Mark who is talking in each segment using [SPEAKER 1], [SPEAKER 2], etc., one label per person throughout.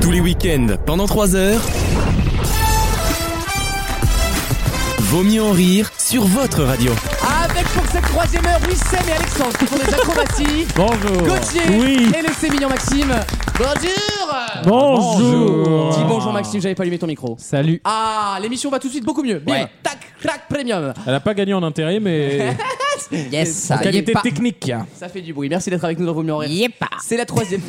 [SPEAKER 1] Tous les week-ends, pendant 3 heures. Vaut mieux en rire sur votre radio.
[SPEAKER 2] Avec pour cette troisième heure Wissem et Alexandre qui font des acrobaties.
[SPEAKER 3] Bonjour.
[SPEAKER 2] Gauthier
[SPEAKER 3] Oui.
[SPEAKER 2] et le sémillant Maxime. Bonjour
[SPEAKER 3] Bonjour.
[SPEAKER 2] Dis bonjour Maxime, j'avais pas allumé ton micro.
[SPEAKER 3] Salut.
[SPEAKER 2] Ah, l'émission va tout de suite beaucoup mieux. Bim,
[SPEAKER 4] Ouais. Euh,
[SPEAKER 2] tac, crac, premium. Euh,
[SPEAKER 3] Elle a pas gagné en intérêt, mais
[SPEAKER 4] Yes, ça y est
[SPEAKER 3] qualité
[SPEAKER 4] pas.
[SPEAKER 3] technique.
[SPEAKER 2] Ça fait du bruit. Merci d'être avec nous dans Vos Mieux en Rire.
[SPEAKER 4] Y est pas.
[SPEAKER 2] C'est la troisième.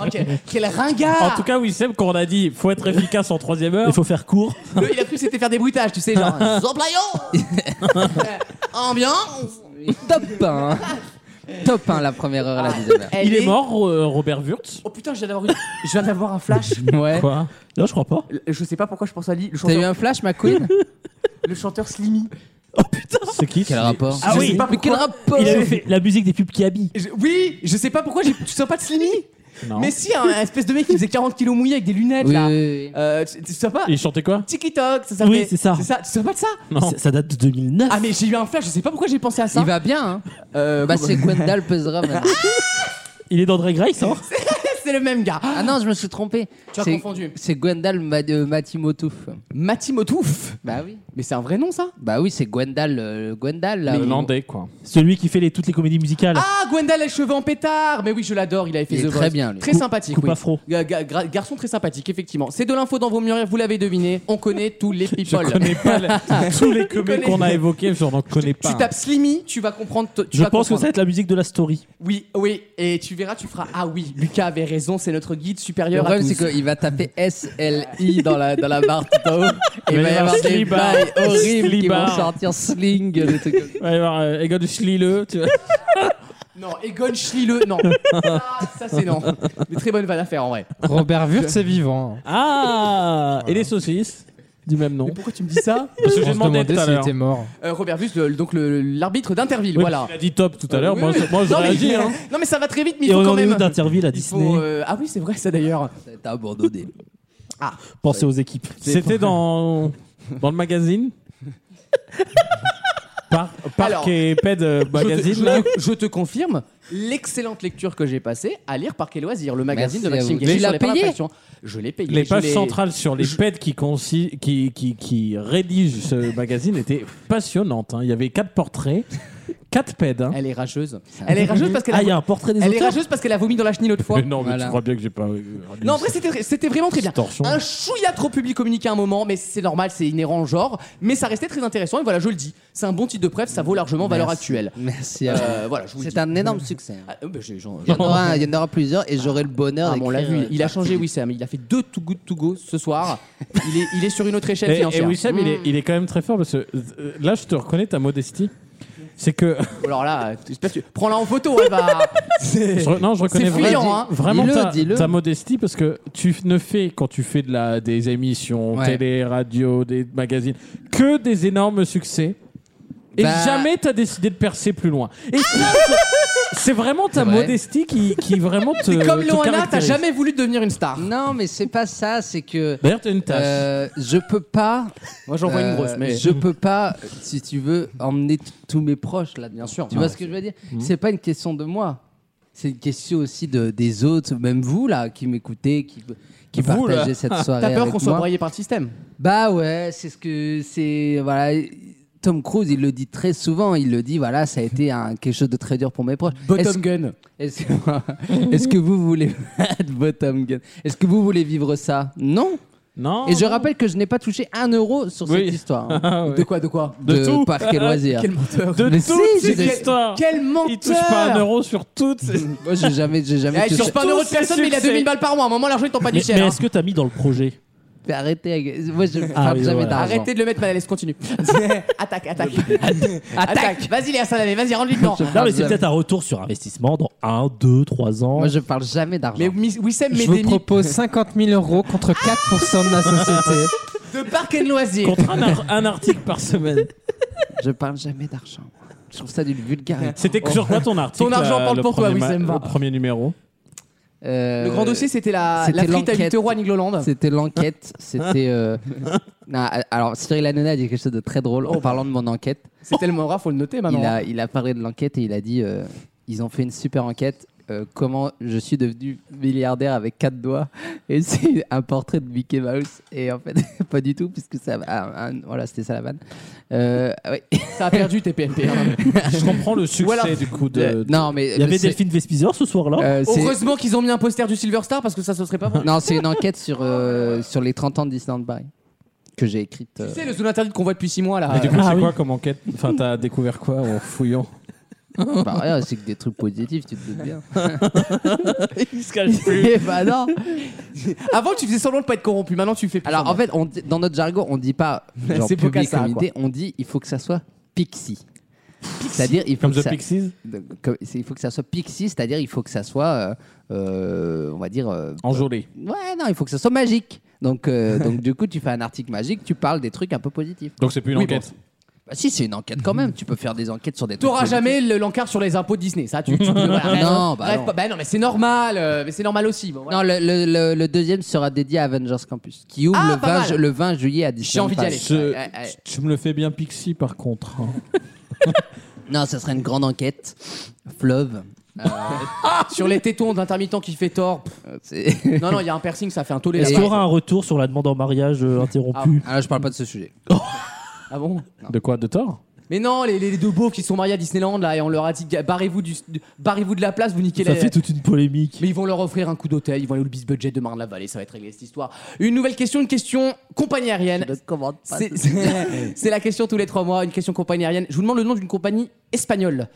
[SPEAKER 2] ok, quel ringard
[SPEAKER 3] En tout cas, oui, Seb, quand on a dit faut être efficace en troisième heure, il faut faire court.
[SPEAKER 2] Lui, il a cru que c'était faire des bruitages, tu sais, genre. Zoplayon Ambiance
[SPEAKER 4] Top 1. Top 1 la première heure à
[SPEAKER 2] Ah.
[SPEAKER 4] la deuxième heure.
[SPEAKER 2] Elle
[SPEAKER 3] Il est mort, euh, Robert Wurtz.
[SPEAKER 2] Oh putain, je viens d'avoir une- je viens d'avoir un flash.
[SPEAKER 4] Ouais.
[SPEAKER 3] Quoi Non, je crois pas.
[SPEAKER 2] Je sais pas pourquoi je pense à lui. Le
[SPEAKER 4] T'as eu
[SPEAKER 2] chanteur,
[SPEAKER 4] un flash, ma queen
[SPEAKER 2] le chanteur Slimy.
[SPEAKER 3] C'est qui
[SPEAKER 4] Quel rapport
[SPEAKER 3] Ah
[SPEAKER 2] Je
[SPEAKER 3] oui.
[SPEAKER 2] sais pas
[SPEAKER 4] Mais quel
[SPEAKER 2] pourquoi.
[SPEAKER 4] rapport
[SPEAKER 3] Il avait fait la musique des pubs Kiabi.
[SPEAKER 2] Je- oui, je sais pas pourquoi j'ai- tu sens pas de Slimy
[SPEAKER 3] Non.
[SPEAKER 2] Mais si, un, un espèce de mec qui faisait 40 kilos mouillé avec des lunettes
[SPEAKER 4] Oui,
[SPEAKER 2] là.
[SPEAKER 4] oui, oui.
[SPEAKER 2] Euh, tu, tu sens pas
[SPEAKER 3] Il chantait quoi
[SPEAKER 2] Tiki-tok, ça s'appelle.
[SPEAKER 5] Oui, c'est ça.
[SPEAKER 2] C'est ça, tu sens pas de ça
[SPEAKER 3] Non.
[SPEAKER 5] Ça, ça date de 2009.
[SPEAKER 2] Ah, mais j'ai eu un flash, je sais pas pourquoi j'ai pensé à ça.
[SPEAKER 4] Il va bien, hein
[SPEAKER 2] Euh,
[SPEAKER 4] Bah, c'est Gwendal Pesra maintenant.
[SPEAKER 5] Il est d'André Grace, hein
[SPEAKER 2] c'est le même gars.
[SPEAKER 4] Ah non, je me suis trompé.
[SPEAKER 2] Tu as
[SPEAKER 4] C'est-
[SPEAKER 2] confondu.
[SPEAKER 4] C'est Gwendal Ma- euh, de Matimotouf.
[SPEAKER 2] Mati Motouf.
[SPEAKER 4] Bah oui.
[SPEAKER 2] Mais c'est un vrai nom ça
[SPEAKER 4] Bah oui, c'est Gwendal, euh, Gwendal là.
[SPEAKER 3] Le Landais, quoi.
[SPEAKER 5] Celui qui fait les- toutes les comédies musicales.
[SPEAKER 2] Ah, Gwendal a les cheveux en pétard. Mais oui, je l'adore, il avait fait
[SPEAKER 4] Il est
[SPEAKER 2] The
[SPEAKER 4] très
[SPEAKER 2] Voice.
[SPEAKER 4] bien, lui.
[SPEAKER 2] Très
[SPEAKER 5] Coupe-
[SPEAKER 2] sympathique.
[SPEAKER 5] coupe
[SPEAKER 2] oui.
[SPEAKER 5] afro.
[SPEAKER 2] Ga- ga- gra- garçon très sympathique, effectivement. C'est de l'info dans vos murs, vous l'avez deviné. On connaît tous les
[SPEAKER 3] Je
[SPEAKER 2] people.
[SPEAKER 3] connais pas la- tous les comiques
[SPEAKER 2] connais.
[SPEAKER 3] qu'on a évoqués, je n'en connais pas.
[SPEAKER 2] Tu tapes Slimy, tu vas comprendre. t- Tu
[SPEAKER 5] je
[SPEAKER 2] vas
[SPEAKER 5] pense que ça
[SPEAKER 2] comprendre.
[SPEAKER 5] va être la musique de la story.
[SPEAKER 2] Oui, oui, et tu verras, tu feras Ah oui, Lucas avait raison, c'est notre guide
[SPEAKER 4] Le
[SPEAKER 2] supérieur à
[SPEAKER 4] problème,
[SPEAKER 2] tous.
[SPEAKER 4] c'est qu'il va taper S-L-I dans la, dans la barre tout en haut. Et
[SPEAKER 3] Mais
[SPEAKER 4] il va
[SPEAKER 3] il
[SPEAKER 4] y
[SPEAKER 3] va
[SPEAKER 4] avoir des
[SPEAKER 3] Slibar.
[SPEAKER 4] bails horribles qui vont
[SPEAKER 3] Slibar.
[SPEAKER 4] sortir sling, des trucs comme ça.
[SPEAKER 3] Il va y avoir euh, Egon Schlille, tu vois.
[SPEAKER 2] Non, Egon Schlille, non. ça, ça, c'est non. Mais très bonne vanne à faire en vrai.
[SPEAKER 6] Robert Wurtz c'est vivant.
[SPEAKER 3] Ah Et les saucisses du même nom.
[SPEAKER 2] Mais pourquoi tu me dis ça
[SPEAKER 3] Parce que
[SPEAKER 6] On
[SPEAKER 3] j'ai
[SPEAKER 6] se
[SPEAKER 3] demandé
[SPEAKER 6] demandait
[SPEAKER 3] tout à
[SPEAKER 6] s'il
[SPEAKER 3] l'heure.
[SPEAKER 6] était mort.
[SPEAKER 2] Euh, Robert Bus, le- donc le- l'arbitre d'Interville,
[SPEAKER 3] Oui,
[SPEAKER 2] voilà.
[SPEAKER 3] Il a dit top tout à l'heure,
[SPEAKER 2] Oui,
[SPEAKER 3] moi,
[SPEAKER 2] oui.
[SPEAKER 3] je- moi je
[SPEAKER 2] Non, mais-
[SPEAKER 3] réagis. hein.
[SPEAKER 2] Non, mais ça va très vite, mais il
[SPEAKER 5] Et
[SPEAKER 2] faut
[SPEAKER 5] on
[SPEAKER 2] quand
[SPEAKER 5] en est
[SPEAKER 2] même.
[SPEAKER 5] où d'interview à
[SPEAKER 2] il faut,
[SPEAKER 5] Disney
[SPEAKER 2] euh, Ah oui, c'est vrai ça d'ailleurs.
[SPEAKER 4] T'as abandonné.
[SPEAKER 5] Pensez aux équipes.
[SPEAKER 3] C'était dans, dans le magazine Par,
[SPEAKER 2] Alors,
[SPEAKER 3] Parc et Ped euh,
[SPEAKER 2] Je te-
[SPEAKER 3] Magazine.
[SPEAKER 2] je,
[SPEAKER 3] là.
[SPEAKER 2] te, je te confirme l'excellente lecture que j'ai passée à lire Parc et Loisirs, le magazine
[SPEAKER 4] Merci
[SPEAKER 2] de Maxime
[SPEAKER 4] à vous.
[SPEAKER 2] Guéry
[SPEAKER 4] Tu
[SPEAKER 2] sur
[SPEAKER 4] l'as
[SPEAKER 2] les parcs
[SPEAKER 4] payé
[SPEAKER 2] d'attractions. Je l'ai payé.
[SPEAKER 3] Les
[SPEAKER 2] je
[SPEAKER 3] pages
[SPEAKER 2] l'ai-
[SPEAKER 3] centrales sur les Ped qui, consi- qui, qui, qui rédigent ce magazine étaient passionnantes. hein. Il y avait quatre portraits, quatre Ped. hein.
[SPEAKER 2] Elle est rageuse. Elle est rageuse parce qu'elle a-
[SPEAKER 5] Ah, il y a un portrait des
[SPEAKER 2] elle est
[SPEAKER 5] auteurs
[SPEAKER 2] rageuse parce qu'elle a vomi dans la chenille l'autre fois.
[SPEAKER 3] Mais non, mais
[SPEAKER 4] Voilà.
[SPEAKER 3] tu vois bien que j'ai pas. euh, lu
[SPEAKER 2] Non, en
[SPEAKER 3] ça.
[SPEAKER 2] vrai, c'était c'était vraiment très bien.
[SPEAKER 3] C'est torchon.
[SPEAKER 2] Un chouïa trop public communiqué à un moment, mais c'est normal, c'est inhérent au genre. Mais ça restait très intéressant, et voilà, je le dis. C'est un bon titre de preuve, ça vaut largement valeur
[SPEAKER 4] Merci.
[SPEAKER 2] actuelle.
[SPEAKER 4] Merci à vous.
[SPEAKER 2] Euh, voilà, je vous le
[SPEAKER 4] C'est
[SPEAKER 2] dis.
[SPEAKER 4] un énorme succès. hein.
[SPEAKER 2] Ah, euh, bah, j'ai- j'en-
[SPEAKER 4] Il y en aura, il y en aura plusieurs et j'aurai le bonheur
[SPEAKER 2] Ah, bon, on l'a
[SPEAKER 4] d'écrire,
[SPEAKER 2] vu,
[SPEAKER 4] euh,
[SPEAKER 2] il a changé Wissam, il a fait deux Too Good To Go ce soir. Il est, il est sur une autre échelle
[SPEAKER 3] Et, et
[SPEAKER 2] financière.
[SPEAKER 3] Wissem, il, est, il est quand même très fort parce que euh, là, je te reconnais ta modestie. C'est que.
[SPEAKER 2] Alors là, euh, j'espère que tu- prends-la en photo, elle va.
[SPEAKER 3] Je re- non, je reconnais
[SPEAKER 2] C'est fuyant,
[SPEAKER 3] vraiment,
[SPEAKER 2] hein.
[SPEAKER 3] vraiment
[SPEAKER 4] Dis-le,
[SPEAKER 3] ta,
[SPEAKER 4] dis-le.
[SPEAKER 3] ta modestie parce que tu f- ne fais, quand tu fais de la, des émissions,
[SPEAKER 4] Ouais.
[SPEAKER 3] télé, radio, des magazines, que des énormes succès. Et
[SPEAKER 4] Bah.
[SPEAKER 3] jamais tu as décidé de percer plus loin. Et ça, c'est- c'est vraiment ta
[SPEAKER 4] C'est vrai.
[SPEAKER 3] modestie qui, qui vraiment te.
[SPEAKER 2] C'est comme
[SPEAKER 3] te
[SPEAKER 2] Loana, t'as
[SPEAKER 3] caractérise.
[SPEAKER 2] jamais voulu devenir une star.
[SPEAKER 4] Non, mais c'est pas ça, c'est que
[SPEAKER 3] D'ailleurs, t'as une tâche.
[SPEAKER 4] euh, je peux pas.
[SPEAKER 2] Moi j'en vois
[SPEAKER 4] euh,
[SPEAKER 2] une grosse, mais.
[SPEAKER 4] Je peux pas, si tu veux, emmener t- tous mes proches là.
[SPEAKER 2] Bien sûr.
[SPEAKER 4] Tu
[SPEAKER 2] Non,
[SPEAKER 4] vois ce que je veux dire
[SPEAKER 2] Mmh.
[SPEAKER 4] C'est pas une question de moi. C'est une question aussi de, des autres, même vous là, qui m'écoutez, qui, qui
[SPEAKER 3] Vous, là.
[SPEAKER 4] partagez cette soirée.
[SPEAKER 2] Ah, T'as peur
[SPEAKER 4] avec
[SPEAKER 2] qu'on soit
[SPEAKER 4] moi.
[SPEAKER 2] broyé par le système
[SPEAKER 4] Bah ouais, c'est ce que c'est. Voilà, Tom Cruise, il le dit très souvent. Il le dit, voilà, ça a été un, quelque chose de très dur pour mes proches. Est-ce-
[SPEAKER 2] Bottom gun.
[SPEAKER 4] Est-ce que, est-ce que vous voulez bottom gun Est-ce que vous voulez vivre ça Non.
[SPEAKER 3] Oh non.
[SPEAKER 4] Et je rappelle que je n'ai pas touché un euro sur
[SPEAKER 3] Oui.
[SPEAKER 4] cette histoire hein,
[SPEAKER 3] Ah ouais.
[SPEAKER 2] De quoi, de quoi
[SPEAKER 4] de,
[SPEAKER 3] De tout.
[SPEAKER 4] parc et loisirs.
[SPEAKER 2] Quel menteur
[SPEAKER 3] De
[SPEAKER 4] Mais
[SPEAKER 3] toutes
[SPEAKER 4] si,
[SPEAKER 3] ces
[SPEAKER 4] j'ai-
[SPEAKER 3] histoires.
[SPEAKER 2] Quel menteur
[SPEAKER 3] Il touche pas un euro sur toutes. ces-
[SPEAKER 4] Moi, j'ai jamais, j'ai jamais
[SPEAKER 2] Eh, Il
[SPEAKER 4] touché.
[SPEAKER 2] touche pas un euro de
[SPEAKER 3] Tous
[SPEAKER 2] personne,
[SPEAKER 3] ces
[SPEAKER 2] mais il a
[SPEAKER 3] succès.
[SPEAKER 2] 2000 balles par mois. À un moment, l'argent, il tombe pas
[SPEAKER 5] Mais,
[SPEAKER 2] du ciel.
[SPEAKER 5] mais
[SPEAKER 2] hein.
[SPEAKER 5] est-ce que t'as mis dans le projet
[SPEAKER 4] Mais Arrêtez. avec- Moi, je ne frappe
[SPEAKER 5] oui,
[SPEAKER 4] jamais
[SPEAKER 5] voilà.
[SPEAKER 4] d'argent.
[SPEAKER 2] Arrêtez de le mettre, mal à l'aise, continue. attaque, attaque. attaque. Vas-y, Léa Salamé, vas-y, rentre-lui dedans.
[SPEAKER 4] Je
[SPEAKER 5] Non,
[SPEAKER 4] parle
[SPEAKER 5] mais c'est
[SPEAKER 4] jamais-
[SPEAKER 5] peut-être un retour sur investissement dans 1, 2, 3 ans.
[SPEAKER 4] Moi, je parle jamais d'argent.
[SPEAKER 2] Mais Ah. Miss- Wissem met
[SPEAKER 6] Je
[SPEAKER 2] des
[SPEAKER 6] vous
[SPEAKER 2] mythes
[SPEAKER 6] propose 50 000 euros contre 4% de la société.
[SPEAKER 2] de parc and loisirs.
[SPEAKER 3] Contre un, ar- un article par semaine.
[SPEAKER 4] Je parle jamais d'argent. Je trouve ça d'une vulgarité.
[SPEAKER 3] C'était sur quoi ton article
[SPEAKER 2] Ton argent
[SPEAKER 3] euh,
[SPEAKER 2] parle
[SPEAKER 3] le
[SPEAKER 2] pour toi,
[SPEAKER 3] premier ma-
[SPEAKER 2] Wissem, va.
[SPEAKER 3] Le premier numéro.
[SPEAKER 4] Euh,
[SPEAKER 2] Le grand dossier, c'était la,
[SPEAKER 4] c'était
[SPEAKER 2] la frite à
[SPEAKER 4] l'enquête.
[SPEAKER 2] 8 euros à Nigloland.
[SPEAKER 4] C'était l'enquête. C'était. euh, non, alors, Cyril Hanouna a dit quelque chose de très drôle en parlant de mon enquête.
[SPEAKER 2] C'est tellement rare, faut le noter
[SPEAKER 4] Il
[SPEAKER 2] maintenant.
[SPEAKER 4] a, il a parlé de l'enquête et il a dit euh, ils ont fait une super enquête euh, comment je suis devenu milliardaire avec quatre doigts. Et c'est un portrait de Mickey Mouse. Et en fait, pas du tout, puisque ça. ah, ah, voilà, c'était ça la vanne. Euh, ah oui.
[SPEAKER 2] Ça a perdu TPMP. hein.
[SPEAKER 7] Je comprends le succès
[SPEAKER 2] Voilà.
[SPEAKER 7] du coup de.
[SPEAKER 4] euh, non, mais.
[SPEAKER 3] Il y avait
[SPEAKER 4] c'est-
[SPEAKER 3] Delphine Vespizer ce soir-là.
[SPEAKER 2] Oh,
[SPEAKER 4] euh, c'est-
[SPEAKER 2] Heureusement qu'ils ont mis un poster du Silver Star parce que ça, ce serait pas bon.
[SPEAKER 4] Non, c'est une enquête sur, euh, sur les 30 ans de Disneyland Paris que j'ai écrite. euh.
[SPEAKER 2] Tu sais, le zone interdite qu'on voit depuis 6 mois là.
[SPEAKER 7] Et du coup,
[SPEAKER 3] Ah
[SPEAKER 7] c'est
[SPEAKER 3] oui.
[SPEAKER 7] quoi comme enquête Enfin, t'as découvert quoi en fouillant
[SPEAKER 4] Bah, ouais, c'est que des trucs positifs, tu te doutes bien.
[SPEAKER 3] Il se cache plus.
[SPEAKER 4] Eh bah non
[SPEAKER 2] Avant, tu faisais semblant de pas être corrompu. Maintenant, tu fais plus.
[SPEAKER 4] Alors en
[SPEAKER 2] semblant.
[SPEAKER 4] fait, on dit- dans notre jargon, on dit pas genre
[SPEAKER 2] C'est
[SPEAKER 4] public
[SPEAKER 2] Bocassa,
[SPEAKER 4] comité, on dit il faut que ça soit pixie. C'est-à-dire il faut
[SPEAKER 7] Comme
[SPEAKER 4] que
[SPEAKER 7] The
[SPEAKER 4] ça,
[SPEAKER 7] Pixies
[SPEAKER 4] de- comme- c'est- il faut que ça soit pixie, c'est-à-dire il faut que ça soit euh, euh, on va dire euh,
[SPEAKER 7] Enjolé.
[SPEAKER 4] ouais non, il faut que ça soit magique. Donc euh, donc du coup, tu fais un article magique, tu parles des trucs un peu positifs.
[SPEAKER 7] Donc c'est plus une
[SPEAKER 2] Oui,
[SPEAKER 7] enquête.
[SPEAKER 4] Bah si, c'est une enquête quand même, tu peux faire des enquêtes sur des trucs.
[SPEAKER 2] T'auras
[SPEAKER 4] positifs.
[SPEAKER 2] jamais le- l'encart sur les impôts de Disney, ça tu, tu- voilà,
[SPEAKER 4] Non, bah
[SPEAKER 2] bref,
[SPEAKER 4] non.
[SPEAKER 2] pas- bah non, mais c'est normal, euh, mais c'est normal aussi. bon, voilà.
[SPEAKER 4] Non, le, le- le- le deuxième sera dédié à Avengers Campus, qui ouvre
[SPEAKER 2] Ah,
[SPEAKER 4] le,
[SPEAKER 2] pas
[SPEAKER 4] 20,
[SPEAKER 2] mal.
[SPEAKER 4] ju- le 20 juillet à 19
[SPEAKER 2] J'ai envie d'y aller.
[SPEAKER 7] Ce-
[SPEAKER 2] Ouais, ouais, ouais.
[SPEAKER 7] Tu me le fais bien Pixie par contre. hein.
[SPEAKER 4] Non, ça sera une grande enquête. Fleuve.
[SPEAKER 2] Sur les tétons de l'intermittent qui fait tort. pff,
[SPEAKER 4] Euh, c'est-
[SPEAKER 2] Non, non, il y a un piercing, ça fait un tollé.
[SPEAKER 3] Est-ce
[SPEAKER 2] là-bas.
[SPEAKER 3] qu'il y aura un retour sur la demande en mariage euh, interrompue
[SPEAKER 4] Ah, je parle pas de ce sujet.
[SPEAKER 2] Ah bon
[SPEAKER 7] De quoi De tort
[SPEAKER 2] Mais non, les, les deux beaufs qui sont mariés à Disneyland là et on leur a dit barrez-vous du, du- barrez-vous de la place, vous niquez
[SPEAKER 3] Ça
[SPEAKER 2] la.
[SPEAKER 3] fait toute une polémique.
[SPEAKER 2] Mais ils vont leur offrir un coup d'hôtel, ils vont aller au bis budget de Marne-la-Vallée, ça va être réglé cette histoire. Une nouvelle question, une question compagnie aérienne.
[SPEAKER 4] Je ne commande pas.
[SPEAKER 2] C'est- C'est c'est la question tous les trois mois, une question compagnie aérienne. Je vous demande le nom d'une compagnie espagnole.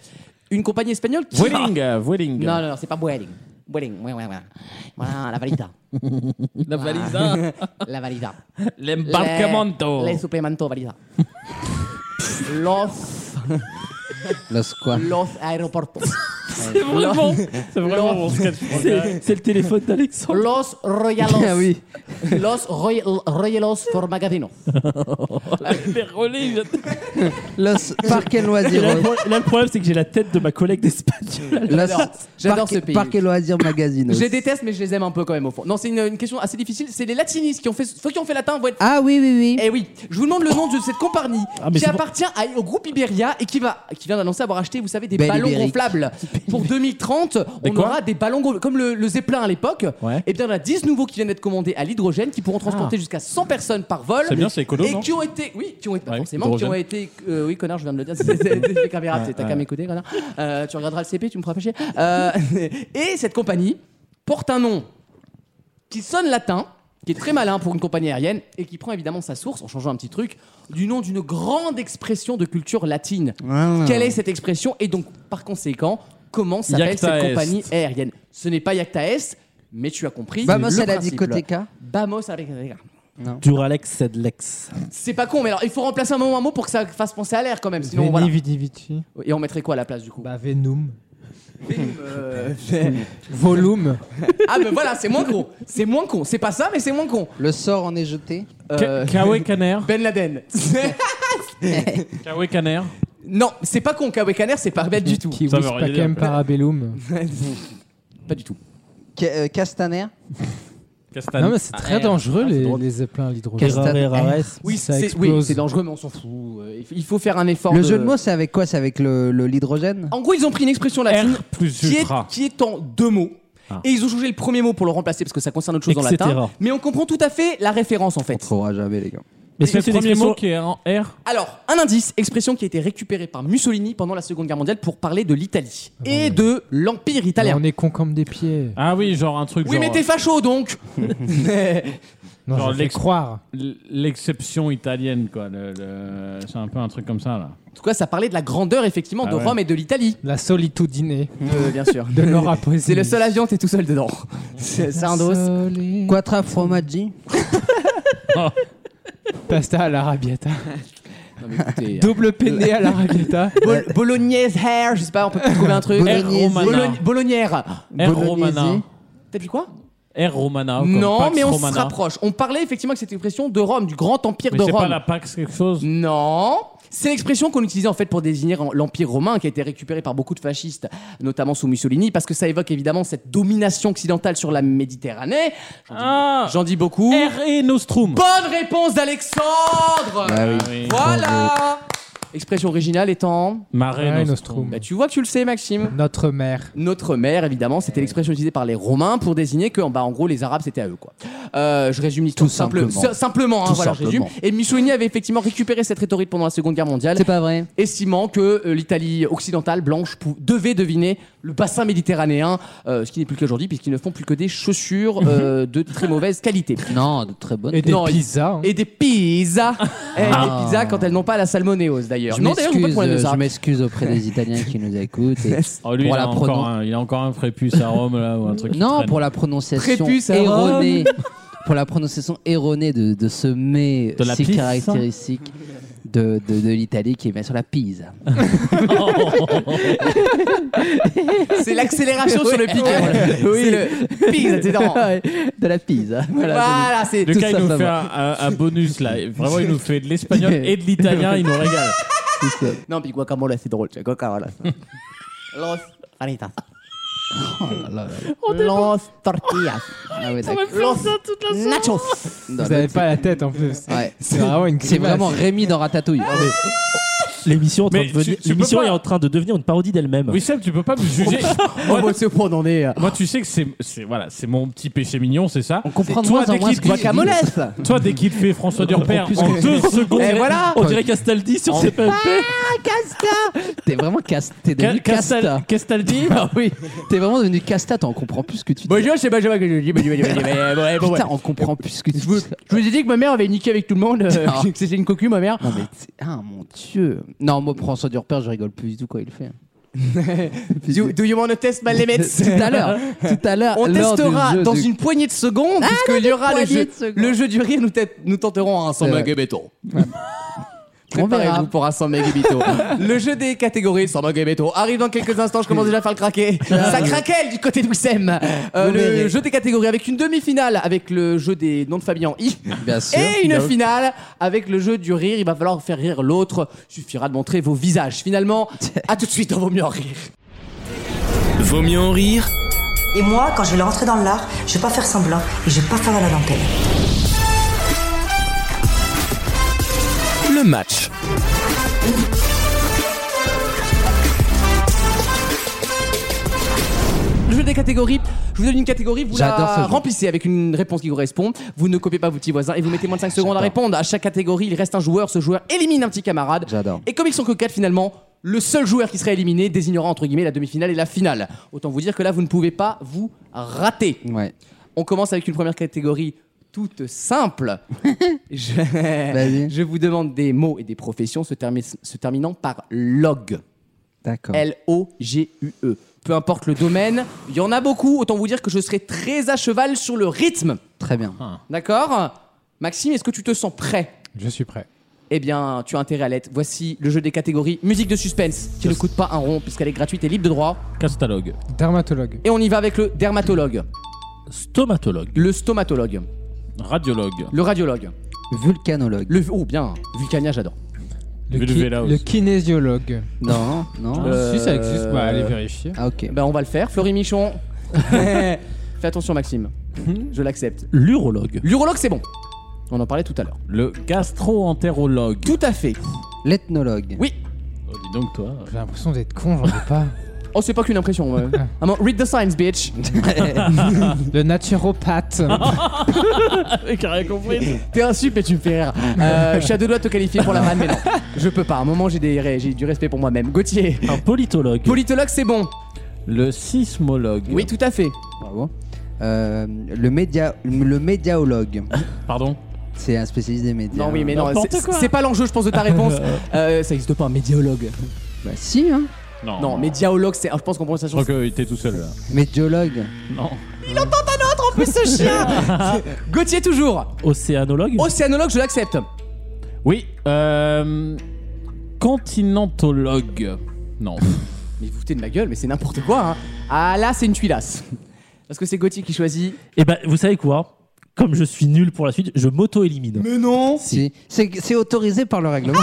[SPEAKER 2] Une compagnie espagnole qui.
[SPEAKER 7] Vueling euh, Vueling
[SPEAKER 2] Non, non, non, c'est pas Boeing. Boeing, ouais, ouais, ouais. Voilà, la valida.
[SPEAKER 7] La valise
[SPEAKER 2] la valida.
[SPEAKER 7] L'embarcamento
[SPEAKER 2] Les suplementos valida. Los,
[SPEAKER 4] Le quoi
[SPEAKER 2] los aeropuertos.
[SPEAKER 3] C'est vraiment, c'est vraiment bon, ce sketch. C'est c'est le téléphone d'Alexandre.
[SPEAKER 2] Los royalos.
[SPEAKER 4] Ah oui.
[SPEAKER 2] Los roy- royalos for Magadino.
[SPEAKER 3] Les relais, il a-
[SPEAKER 4] Los Parc et
[SPEAKER 3] Et là,
[SPEAKER 4] Loisirs.
[SPEAKER 3] le pro- là, le problème, c'est que j'ai la tête de ma collègue d'Espagne.
[SPEAKER 4] Los
[SPEAKER 2] J'adore- j'adore
[SPEAKER 4] Parc-
[SPEAKER 2] ce pays.
[SPEAKER 4] Parc et Loisirs Magazine.
[SPEAKER 2] Je
[SPEAKER 4] aussi.
[SPEAKER 2] les déteste, mais je les aime un peu quand même au fond. Non, c'est une, une question assez difficile. C'est les latinistes qui ont fait, ceux qui ont fait latin vont être
[SPEAKER 4] Ah oui, oui, oui.
[SPEAKER 2] Eh oui, je vous demande le nom de cette compagnie
[SPEAKER 3] Ah, mais
[SPEAKER 2] qui
[SPEAKER 3] c'est pour-
[SPEAKER 2] appartient à- au groupe Iberia et qui, va, qui vient d'annoncer avoir acheté, vous savez, des
[SPEAKER 4] Belle
[SPEAKER 2] ballons
[SPEAKER 4] Ibérique.
[SPEAKER 2] gonflables. Pour 2030,
[SPEAKER 7] Des
[SPEAKER 2] on
[SPEAKER 7] quoi
[SPEAKER 2] aura des ballons gonflables, comme le, le Zeppelin à l'époque.
[SPEAKER 7] Ouais.
[SPEAKER 2] Et bien, on a 10 nouveaux qui viennent d'être commandés à l'hydrogène, qui pourront transporter jusqu'à 100 personnes par vol.
[SPEAKER 7] C'est bien, c'est écolo,
[SPEAKER 2] Et
[SPEAKER 7] non
[SPEAKER 2] qui ont été, oui, qui ont été,
[SPEAKER 7] Ouais,
[SPEAKER 2] forcément, qui
[SPEAKER 7] hydrogène.
[SPEAKER 2] ont été, euh, oui, connard, je viens de le dire, c'est- c'est- c'est des caméras, t'es- t'as
[SPEAKER 7] ouais.
[SPEAKER 2] qu'à m'écouter, connard. Euh, tu regarderas le CP, tu me feras pas chier. Euh, et cette compagnie porte un nom qui sonne latin, qui est très malin pour une compagnie aérienne et qui prend évidemment sa source, en changeant un petit truc, du nom d'une grande expression de culture latine.
[SPEAKER 7] Ah.
[SPEAKER 2] Quelle est cette expression Et donc, par conséquent, comment s'appelle
[SPEAKER 7] Yacta
[SPEAKER 2] cette
[SPEAKER 7] est.
[SPEAKER 2] compagnie aérienne Ce n'est pas Yacta Est, mais tu as compris.
[SPEAKER 4] Vamos
[SPEAKER 2] le
[SPEAKER 4] à Bah, la
[SPEAKER 2] principe.
[SPEAKER 4] discoteca.
[SPEAKER 2] Vamos à la discoteca.
[SPEAKER 3] Duralex, c'est de l'ex.
[SPEAKER 2] C'est pas con, mais alors il faut remplacer un moment un mot pour que ça fasse penser à l'air quand même. Sinon,
[SPEAKER 6] Veni,
[SPEAKER 2] voilà.
[SPEAKER 6] vidi, vici.
[SPEAKER 2] Et on mettrait quoi à la place du coup
[SPEAKER 6] Bah, Venom.
[SPEAKER 2] Euh,
[SPEAKER 6] Volume.
[SPEAKER 2] Ah, ben voilà, c'est moins con. C'est moins con. C'est pas ça, mais c'est moins con.
[SPEAKER 4] Le sort en est jeté.
[SPEAKER 2] Euh,
[SPEAKER 7] Kawe Caner
[SPEAKER 2] Ben Laden.
[SPEAKER 7] Kawe Caner
[SPEAKER 2] non, c'est pas con. Kawekaner, c'est pas bête Ah, bah, du tout.
[SPEAKER 6] Qui
[SPEAKER 7] Ça veut
[SPEAKER 6] whispa
[SPEAKER 7] rien
[SPEAKER 6] quand
[SPEAKER 7] dire.
[SPEAKER 6] même parabellum.
[SPEAKER 2] Pas du tout.
[SPEAKER 4] Ca- euh, Castaner.
[SPEAKER 6] Non,
[SPEAKER 7] Castaner
[SPEAKER 6] mais c'est
[SPEAKER 2] Ah,
[SPEAKER 6] très dangereux, les, les zeppelins à l'hydrogène.
[SPEAKER 4] Castan-
[SPEAKER 3] Errare rares.
[SPEAKER 2] Oui,
[SPEAKER 6] Ça
[SPEAKER 2] c'est
[SPEAKER 6] explose.
[SPEAKER 2] oui, c'est dangereux, mais on s'en fout. Euh, il faut- Il faut faire un effort.
[SPEAKER 4] Le jeu de mots, c'est avec quoi C'est avec le- le- l'hydrogène
[SPEAKER 2] En gros, ils ont pris une expression latine
[SPEAKER 7] R plus
[SPEAKER 2] qui est,
[SPEAKER 7] ultra.
[SPEAKER 2] qui est en deux mots.
[SPEAKER 7] Ah.
[SPEAKER 2] Et ils ont changé le premier mot pour le remplacer parce que ça concerne autre chose
[SPEAKER 3] Etc.
[SPEAKER 2] en latin. Mais on comprend tout à fait la référence en fait.
[SPEAKER 4] trouvera jamais, les gars.
[SPEAKER 3] Est-ce que
[SPEAKER 7] Le
[SPEAKER 3] c'est une
[SPEAKER 7] premier
[SPEAKER 3] expression
[SPEAKER 7] mot qui est en R
[SPEAKER 2] Alors, un indice, expression qui a été récupérée par Mussolini pendant la Seconde Guerre mondiale pour parler de l'Italie et de l'Empire italien.
[SPEAKER 6] On est con comme des pieds.
[SPEAKER 7] Ah oui, genre un truc
[SPEAKER 2] Oui,
[SPEAKER 7] genre
[SPEAKER 2] mais
[SPEAKER 3] euh,
[SPEAKER 2] t'es facho donc
[SPEAKER 6] Non,
[SPEAKER 7] Genre
[SPEAKER 6] je vais
[SPEAKER 7] l'ex-
[SPEAKER 6] croire.
[SPEAKER 7] l- euh, l'exception italienne quoi. le- le- C'est un peu un truc comme ça là.
[SPEAKER 2] En tout cas, ça parlait de la grandeur effectivement
[SPEAKER 7] Ah
[SPEAKER 2] de
[SPEAKER 7] ouais.
[SPEAKER 2] Rome et de l'Italie.
[SPEAKER 6] La solitudine
[SPEAKER 2] Euh, bien sûr.
[SPEAKER 6] de Laura Pausini.
[SPEAKER 2] C'est le seul avion, t'es tout seul dedans. C'est c'est un dos.
[SPEAKER 6] Soli-
[SPEAKER 4] Quatra Fromaggi.
[SPEAKER 6] Pasta à l'arabiata.
[SPEAKER 2] Non, mais écoutez, euh,
[SPEAKER 6] Double penne à l'arabiata.
[SPEAKER 2] Bol-
[SPEAKER 7] euh,
[SPEAKER 2] Bolognaise hair, je sais pas, on peut peut-être trouver un truc.
[SPEAKER 4] Bolognese.
[SPEAKER 7] R Romana.
[SPEAKER 2] Bologne- Bolognière.
[SPEAKER 7] R
[SPEAKER 4] Bolognese.
[SPEAKER 7] Romana.
[SPEAKER 2] T'as dit quoi
[SPEAKER 7] R Romana. comme
[SPEAKER 2] Non,
[SPEAKER 7] Pax
[SPEAKER 2] mais on
[SPEAKER 7] Romana.
[SPEAKER 2] se rapproche. On parlait effectivement que cette expression de Rome, du grand empire
[SPEAKER 7] Mais
[SPEAKER 2] de
[SPEAKER 7] c'est
[SPEAKER 2] Rome.
[SPEAKER 7] pas la Pax quelque chose
[SPEAKER 2] Non, c'est l'expression qu'on utilisait en fait pour désigner en- l'Empire romain qui a été récupérée par beaucoup de fascistes, notamment sous Mussolini, parce que ça évoque évidemment cette domination occidentale sur la Méditerranée.
[SPEAKER 7] Ah
[SPEAKER 2] J'en dis beaucoup.
[SPEAKER 7] R et Nostrum.
[SPEAKER 4] Ah
[SPEAKER 2] Bonne réponse d'Alexandre
[SPEAKER 7] oui.
[SPEAKER 2] Voilà Expression originale étant.
[SPEAKER 7] Marée
[SPEAKER 6] Mare
[SPEAKER 7] Nostrum.
[SPEAKER 2] Bah, tu vois que tu le sais, Maxime.
[SPEAKER 6] Notre mère.
[SPEAKER 2] Notre mère, évidemment, c'était l'expression utilisée par les Romains pour désigner que, bah, en gros, les Arabes, c'était à eux, quoi. Euh, je résume l'histoire
[SPEAKER 4] Tout
[SPEAKER 2] simple-
[SPEAKER 4] simplement.
[SPEAKER 2] si- simplement, hein,
[SPEAKER 4] Tout
[SPEAKER 2] voilà, je résume.
[SPEAKER 4] simplement.
[SPEAKER 2] Et Mussolini avait effectivement récupéré cette rhétorique pendant la Seconde Guerre mondiale,
[SPEAKER 4] C'est pas vrai.
[SPEAKER 2] estimant que euh, l'Italie occidentale blanche pou- devait deviner le bassin méditerranéen, euh, ce qui n'est plus qu'aujourd'hui, puisqu'ils ne font plus que des chaussures euh, de très mauvaise qualité.
[SPEAKER 4] Non, de très bonne.
[SPEAKER 6] Et des
[SPEAKER 2] Non, il-
[SPEAKER 6] pizzas. hein.
[SPEAKER 2] Et des pizzas Et
[SPEAKER 4] Ah.
[SPEAKER 2] des pizzas quand elles n'ont pas la salmonéose, d'ailleurs.
[SPEAKER 4] Je
[SPEAKER 2] Non, d'ailleurs, j'ai pas de
[SPEAKER 4] m'excuse,
[SPEAKER 2] problème de ça.
[SPEAKER 4] je m'excuse auprès des Italiens qui nous écoutent. et-
[SPEAKER 3] Oh, lui,
[SPEAKER 4] Pour
[SPEAKER 3] il,
[SPEAKER 4] la
[SPEAKER 3] a encore
[SPEAKER 4] pronon-
[SPEAKER 3] un, il a encore un prépuce à Rome, là, ou un truc. qui
[SPEAKER 4] Non,
[SPEAKER 3] traîne.
[SPEAKER 4] pour la prononciation
[SPEAKER 2] Prépuce à
[SPEAKER 4] erronée. Pour la prononciation erronée de, de ce mets
[SPEAKER 3] De la
[SPEAKER 4] si
[SPEAKER 3] pizza.
[SPEAKER 4] caractéristique de, de, de l'Italie qui est bien sur la pizza.
[SPEAKER 2] Ah, C'est l'accélération sur le piquet.
[SPEAKER 4] Oui.
[SPEAKER 2] C'est le pizza, c'est dans- Ah.
[SPEAKER 4] de la pizza. Voilà.
[SPEAKER 2] Voilà, c'est
[SPEAKER 3] Lucas,
[SPEAKER 4] ça,
[SPEAKER 3] il nous
[SPEAKER 4] ça
[SPEAKER 3] fait
[SPEAKER 4] va.
[SPEAKER 3] un, un- un bonus, là. Et Vraiment, il nous fait de l'espagnol et de l'italien, il nous régale.
[SPEAKER 2] Non, puis guacamole, c'est drôle. tu vois, Guacamole. Los Oh panitas. Los tortillas.
[SPEAKER 4] Ah oui, d'accord.
[SPEAKER 2] Los nachos.
[SPEAKER 6] Vous avez pas la tête en plus.
[SPEAKER 4] Ouais.
[SPEAKER 6] C'est vraiment une
[SPEAKER 4] C'est
[SPEAKER 6] grimace.
[SPEAKER 4] vraiment Rémi dans Ratatouille.
[SPEAKER 2] Ah,
[SPEAKER 3] L'émission
[SPEAKER 8] en train de devenir- l'émission est en train de devenir une parodie d'elle-même.
[SPEAKER 3] Oui, Seb, tu peux pas me juger.
[SPEAKER 2] Oh, bah, c'est bon, on en est. euh,
[SPEAKER 3] Moi, tu sais que c'est- c'est voilà, c'est mon petit péché mignon, c'est ça.
[SPEAKER 4] On comprend de
[SPEAKER 3] Toi,
[SPEAKER 4] moins en
[SPEAKER 3] dès
[SPEAKER 4] moins
[SPEAKER 3] qu'il
[SPEAKER 4] ce
[SPEAKER 3] dit-
[SPEAKER 4] que tu dis.
[SPEAKER 2] Guacamole.
[SPEAKER 3] Toi, dès qu'il te fait François Durper
[SPEAKER 8] plus
[SPEAKER 3] en
[SPEAKER 8] que-
[SPEAKER 3] deux secondes,
[SPEAKER 8] Eh
[SPEAKER 2] Et Eh, voilà.
[SPEAKER 8] On dirait Castaldi sur ses PMP.
[SPEAKER 4] T'es vraiment casta. T'es devenu casta.
[SPEAKER 3] Castaldi
[SPEAKER 4] Ah oui. T'es vraiment devenu casta. T'en comprends plus ce que tu dis.
[SPEAKER 2] Bonjour, c'est Benjamin que je dis. Benjamin, Benjamin, Benjamin, Benjamin, Benjamin.
[SPEAKER 4] Putain, on comprend plus ce que tu
[SPEAKER 2] Je vous,
[SPEAKER 4] dis.
[SPEAKER 2] je vous ai dit que ma mère avait niqué avec tout le monde. euh,
[SPEAKER 4] Ah.
[SPEAKER 2] que C'était une cocu, ma mère.
[SPEAKER 4] Non mais c'est- ah mon dieu. Non moi François du repère je rigole plus du tout quand il fait.
[SPEAKER 2] Do, do you want to test my limits?
[SPEAKER 4] tout à l'heure, tout à l'heure.
[SPEAKER 2] On
[SPEAKER 4] lors du
[SPEAKER 2] testera
[SPEAKER 4] jeu
[SPEAKER 2] dans
[SPEAKER 4] du-
[SPEAKER 2] une poignée de secondes, puisque il y aura le
[SPEAKER 4] poignée
[SPEAKER 2] jeu,
[SPEAKER 4] de secondes.
[SPEAKER 2] le jeu du rire, nous, tête- nous tenterons un 100
[SPEAKER 4] C'est vrai.
[SPEAKER 2] mégabéton.
[SPEAKER 4] On verra.
[SPEAKER 2] Préparez-vous pour un 100 mégabéton. le jeu des catégories 100 mégabéton arrive dans quelques instants, je commence déjà à faire le craquer. Ça craquelle du côté d'Oussem. Euh,
[SPEAKER 4] Vous
[SPEAKER 2] le
[SPEAKER 4] verrez.
[SPEAKER 2] jeu des catégories avec une demi-finale avec le jeu des noms de famille en I.
[SPEAKER 4] Bien sûr.
[SPEAKER 2] Et une finale avec le jeu du rire. Il va falloir faire rire l'autre. Suffira de montrer vos visages. Finalement, à tout de suite, on vaut mieux en rire.
[SPEAKER 1] Vaut mieux en rire
[SPEAKER 9] Et moi, quand je vais rentrer dans l'art, je vais pas faire semblant et je vais pas faire la dentelle.
[SPEAKER 1] le match.
[SPEAKER 2] Le jeu des catégories, je vous donne une catégorie, vous
[SPEAKER 4] J'adore ce
[SPEAKER 2] la
[SPEAKER 4] jeu.
[SPEAKER 2] remplissez avec une réponse qui correspond. Vous ne copiez pas vos petits voisins et vous mettez moins de 5 secondes à répondre. À chaque catégorie, il reste un joueur. Ce joueur élimine un petit camarade.
[SPEAKER 4] J'adore.
[SPEAKER 2] Et comme ils sont que 4 finalement, le seul joueur qui sera éliminé désignera entre guillemets la demi-finale et la finale. Autant vous dire que là, vous ne pouvez pas vous rater.
[SPEAKER 4] Ouais.
[SPEAKER 2] On commence avec une première catégorie toute simple. je,
[SPEAKER 4] Vas-y.
[SPEAKER 2] je vous demande des mots et des professions se, termi- se terminant par log.
[SPEAKER 4] D'accord.
[SPEAKER 2] L-O-G-U-E. E. Peu importe le domaine, il y en a beaucoup. Autant vous dire que je serai très à cheval sur le rythme.
[SPEAKER 4] Très bien.
[SPEAKER 2] D'accord Maxime, est-ce que tu te sens prêt
[SPEAKER 6] Je suis prêt.
[SPEAKER 2] Eh bien, tu as intérêt à l'être. Voici le jeu des catégories musique de suspense, qui ne coûte pas un rond puisqu'elle est gratuite et libre de droit.
[SPEAKER 3] Castalogue.
[SPEAKER 6] Dermatologue.
[SPEAKER 2] Et on y va avec le dermatologue,
[SPEAKER 3] Stomatologue.
[SPEAKER 2] le stomatologue,
[SPEAKER 3] Radiologue.
[SPEAKER 2] le radiologue,
[SPEAKER 4] Vulcanologue.
[SPEAKER 2] le... Oh, bien, Vulcania, j'adore.
[SPEAKER 6] Le,
[SPEAKER 3] Vu le
[SPEAKER 6] ki-
[SPEAKER 3] vélo.
[SPEAKER 6] le kinésiologue.
[SPEAKER 4] Non, non.
[SPEAKER 2] Euh,
[SPEAKER 3] Ah,
[SPEAKER 6] Si ça existe, bah, allez vérifier.
[SPEAKER 4] Ah ok.
[SPEAKER 2] Ben, on va le faire. Florie Michon. Fais attention, Maxime. Je l'accepte.
[SPEAKER 3] L'urologue.
[SPEAKER 2] L'urologue, c'est bon. On en parlait tout à l'heure.
[SPEAKER 3] Le gastro-entérologue.
[SPEAKER 2] Tout à fait.
[SPEAKER 4] L'ethnologue.
[SPEAKER 2] Oui.
[SPEAKER 3] Oh, dis donc, toi.
[SPEAKER 6] J'ai l'impression d'être con, j'en ai pas.
[SPEAKER 2] Oh, c'est pas qu'une impression. ouais. Ah bon, read the signs, bitch.
[SPEAKER 6] Le naturopathe.
[SPEAKER 3] J'ai rien compris.
[SPEAKER 2] T'es un sup et tu me fais rire. Euh, je suis à deux doigts de te qualifier pour la vanne, mais non. Je peux pas. À un moment, j'ai des ré- j'ai du respect pour moi-même. Gauthier.
[SPEAKER 3] Un politologue.
[SPEAKER 2] Politologue, c'est bon.
[SPEAKER 3] le sismologue.
[SPEAKER 2] Oui, tout à fait.
[SPEAKER 4] Bravo. Euh, le média, le médiaologue.
[SPEAKER 3] Pardon.
[SPEAKER 4] C'est un spécialiste des médias.
[SPEAKER 2] Non, oui, mais non.
[SPEAKER 3] N'importe
[SPEAKER 2] c'est-
[SPEAKER 3] quoi.
[SPEAKER 2] C'est pas l'enjeu, je pense, de ta réponse. Euh, ça existe pas, un médiologue.
[SPEAKER 4] Bah si hein.
[SPEAKER 3] Non.
[SPEAKER 2] Non, médiologue, c'est. ah, Je pense qu'on prend ça
[SPEAKER 3] Je
[SPEAKER 2] sur.
[SPEAKER 3] crois qu'il était tout seul là.
[SPEAKER 4] Médiologue.
[SPEAKER 3] Non.
[SPEAKER 2] En plus, ce chien Gauthier, toujours.
[SPEAKER 8] Océanologue.
[SPEAKER 2] Océanologue, je l'accepte.
[SPEAKER 3] Oui. Euh, continentologue. Non.
[SPEAKER 2] Mais vous vous foutez de ma gueule, mais c'est n'importe quoi. hein. Ah là, c'est une tuilasse. Parce que c'est Gauthier qui choisit.
[SPEAKER 3] Eh
[SPEAKER 8] Et ben, vous savez quoi Comme je suis nul pour la suite, je m'auto-élimine.
[SPEAKER 2] Mais non
[SPEAKER 4] Si. C'est c'est autorisé par le règlement.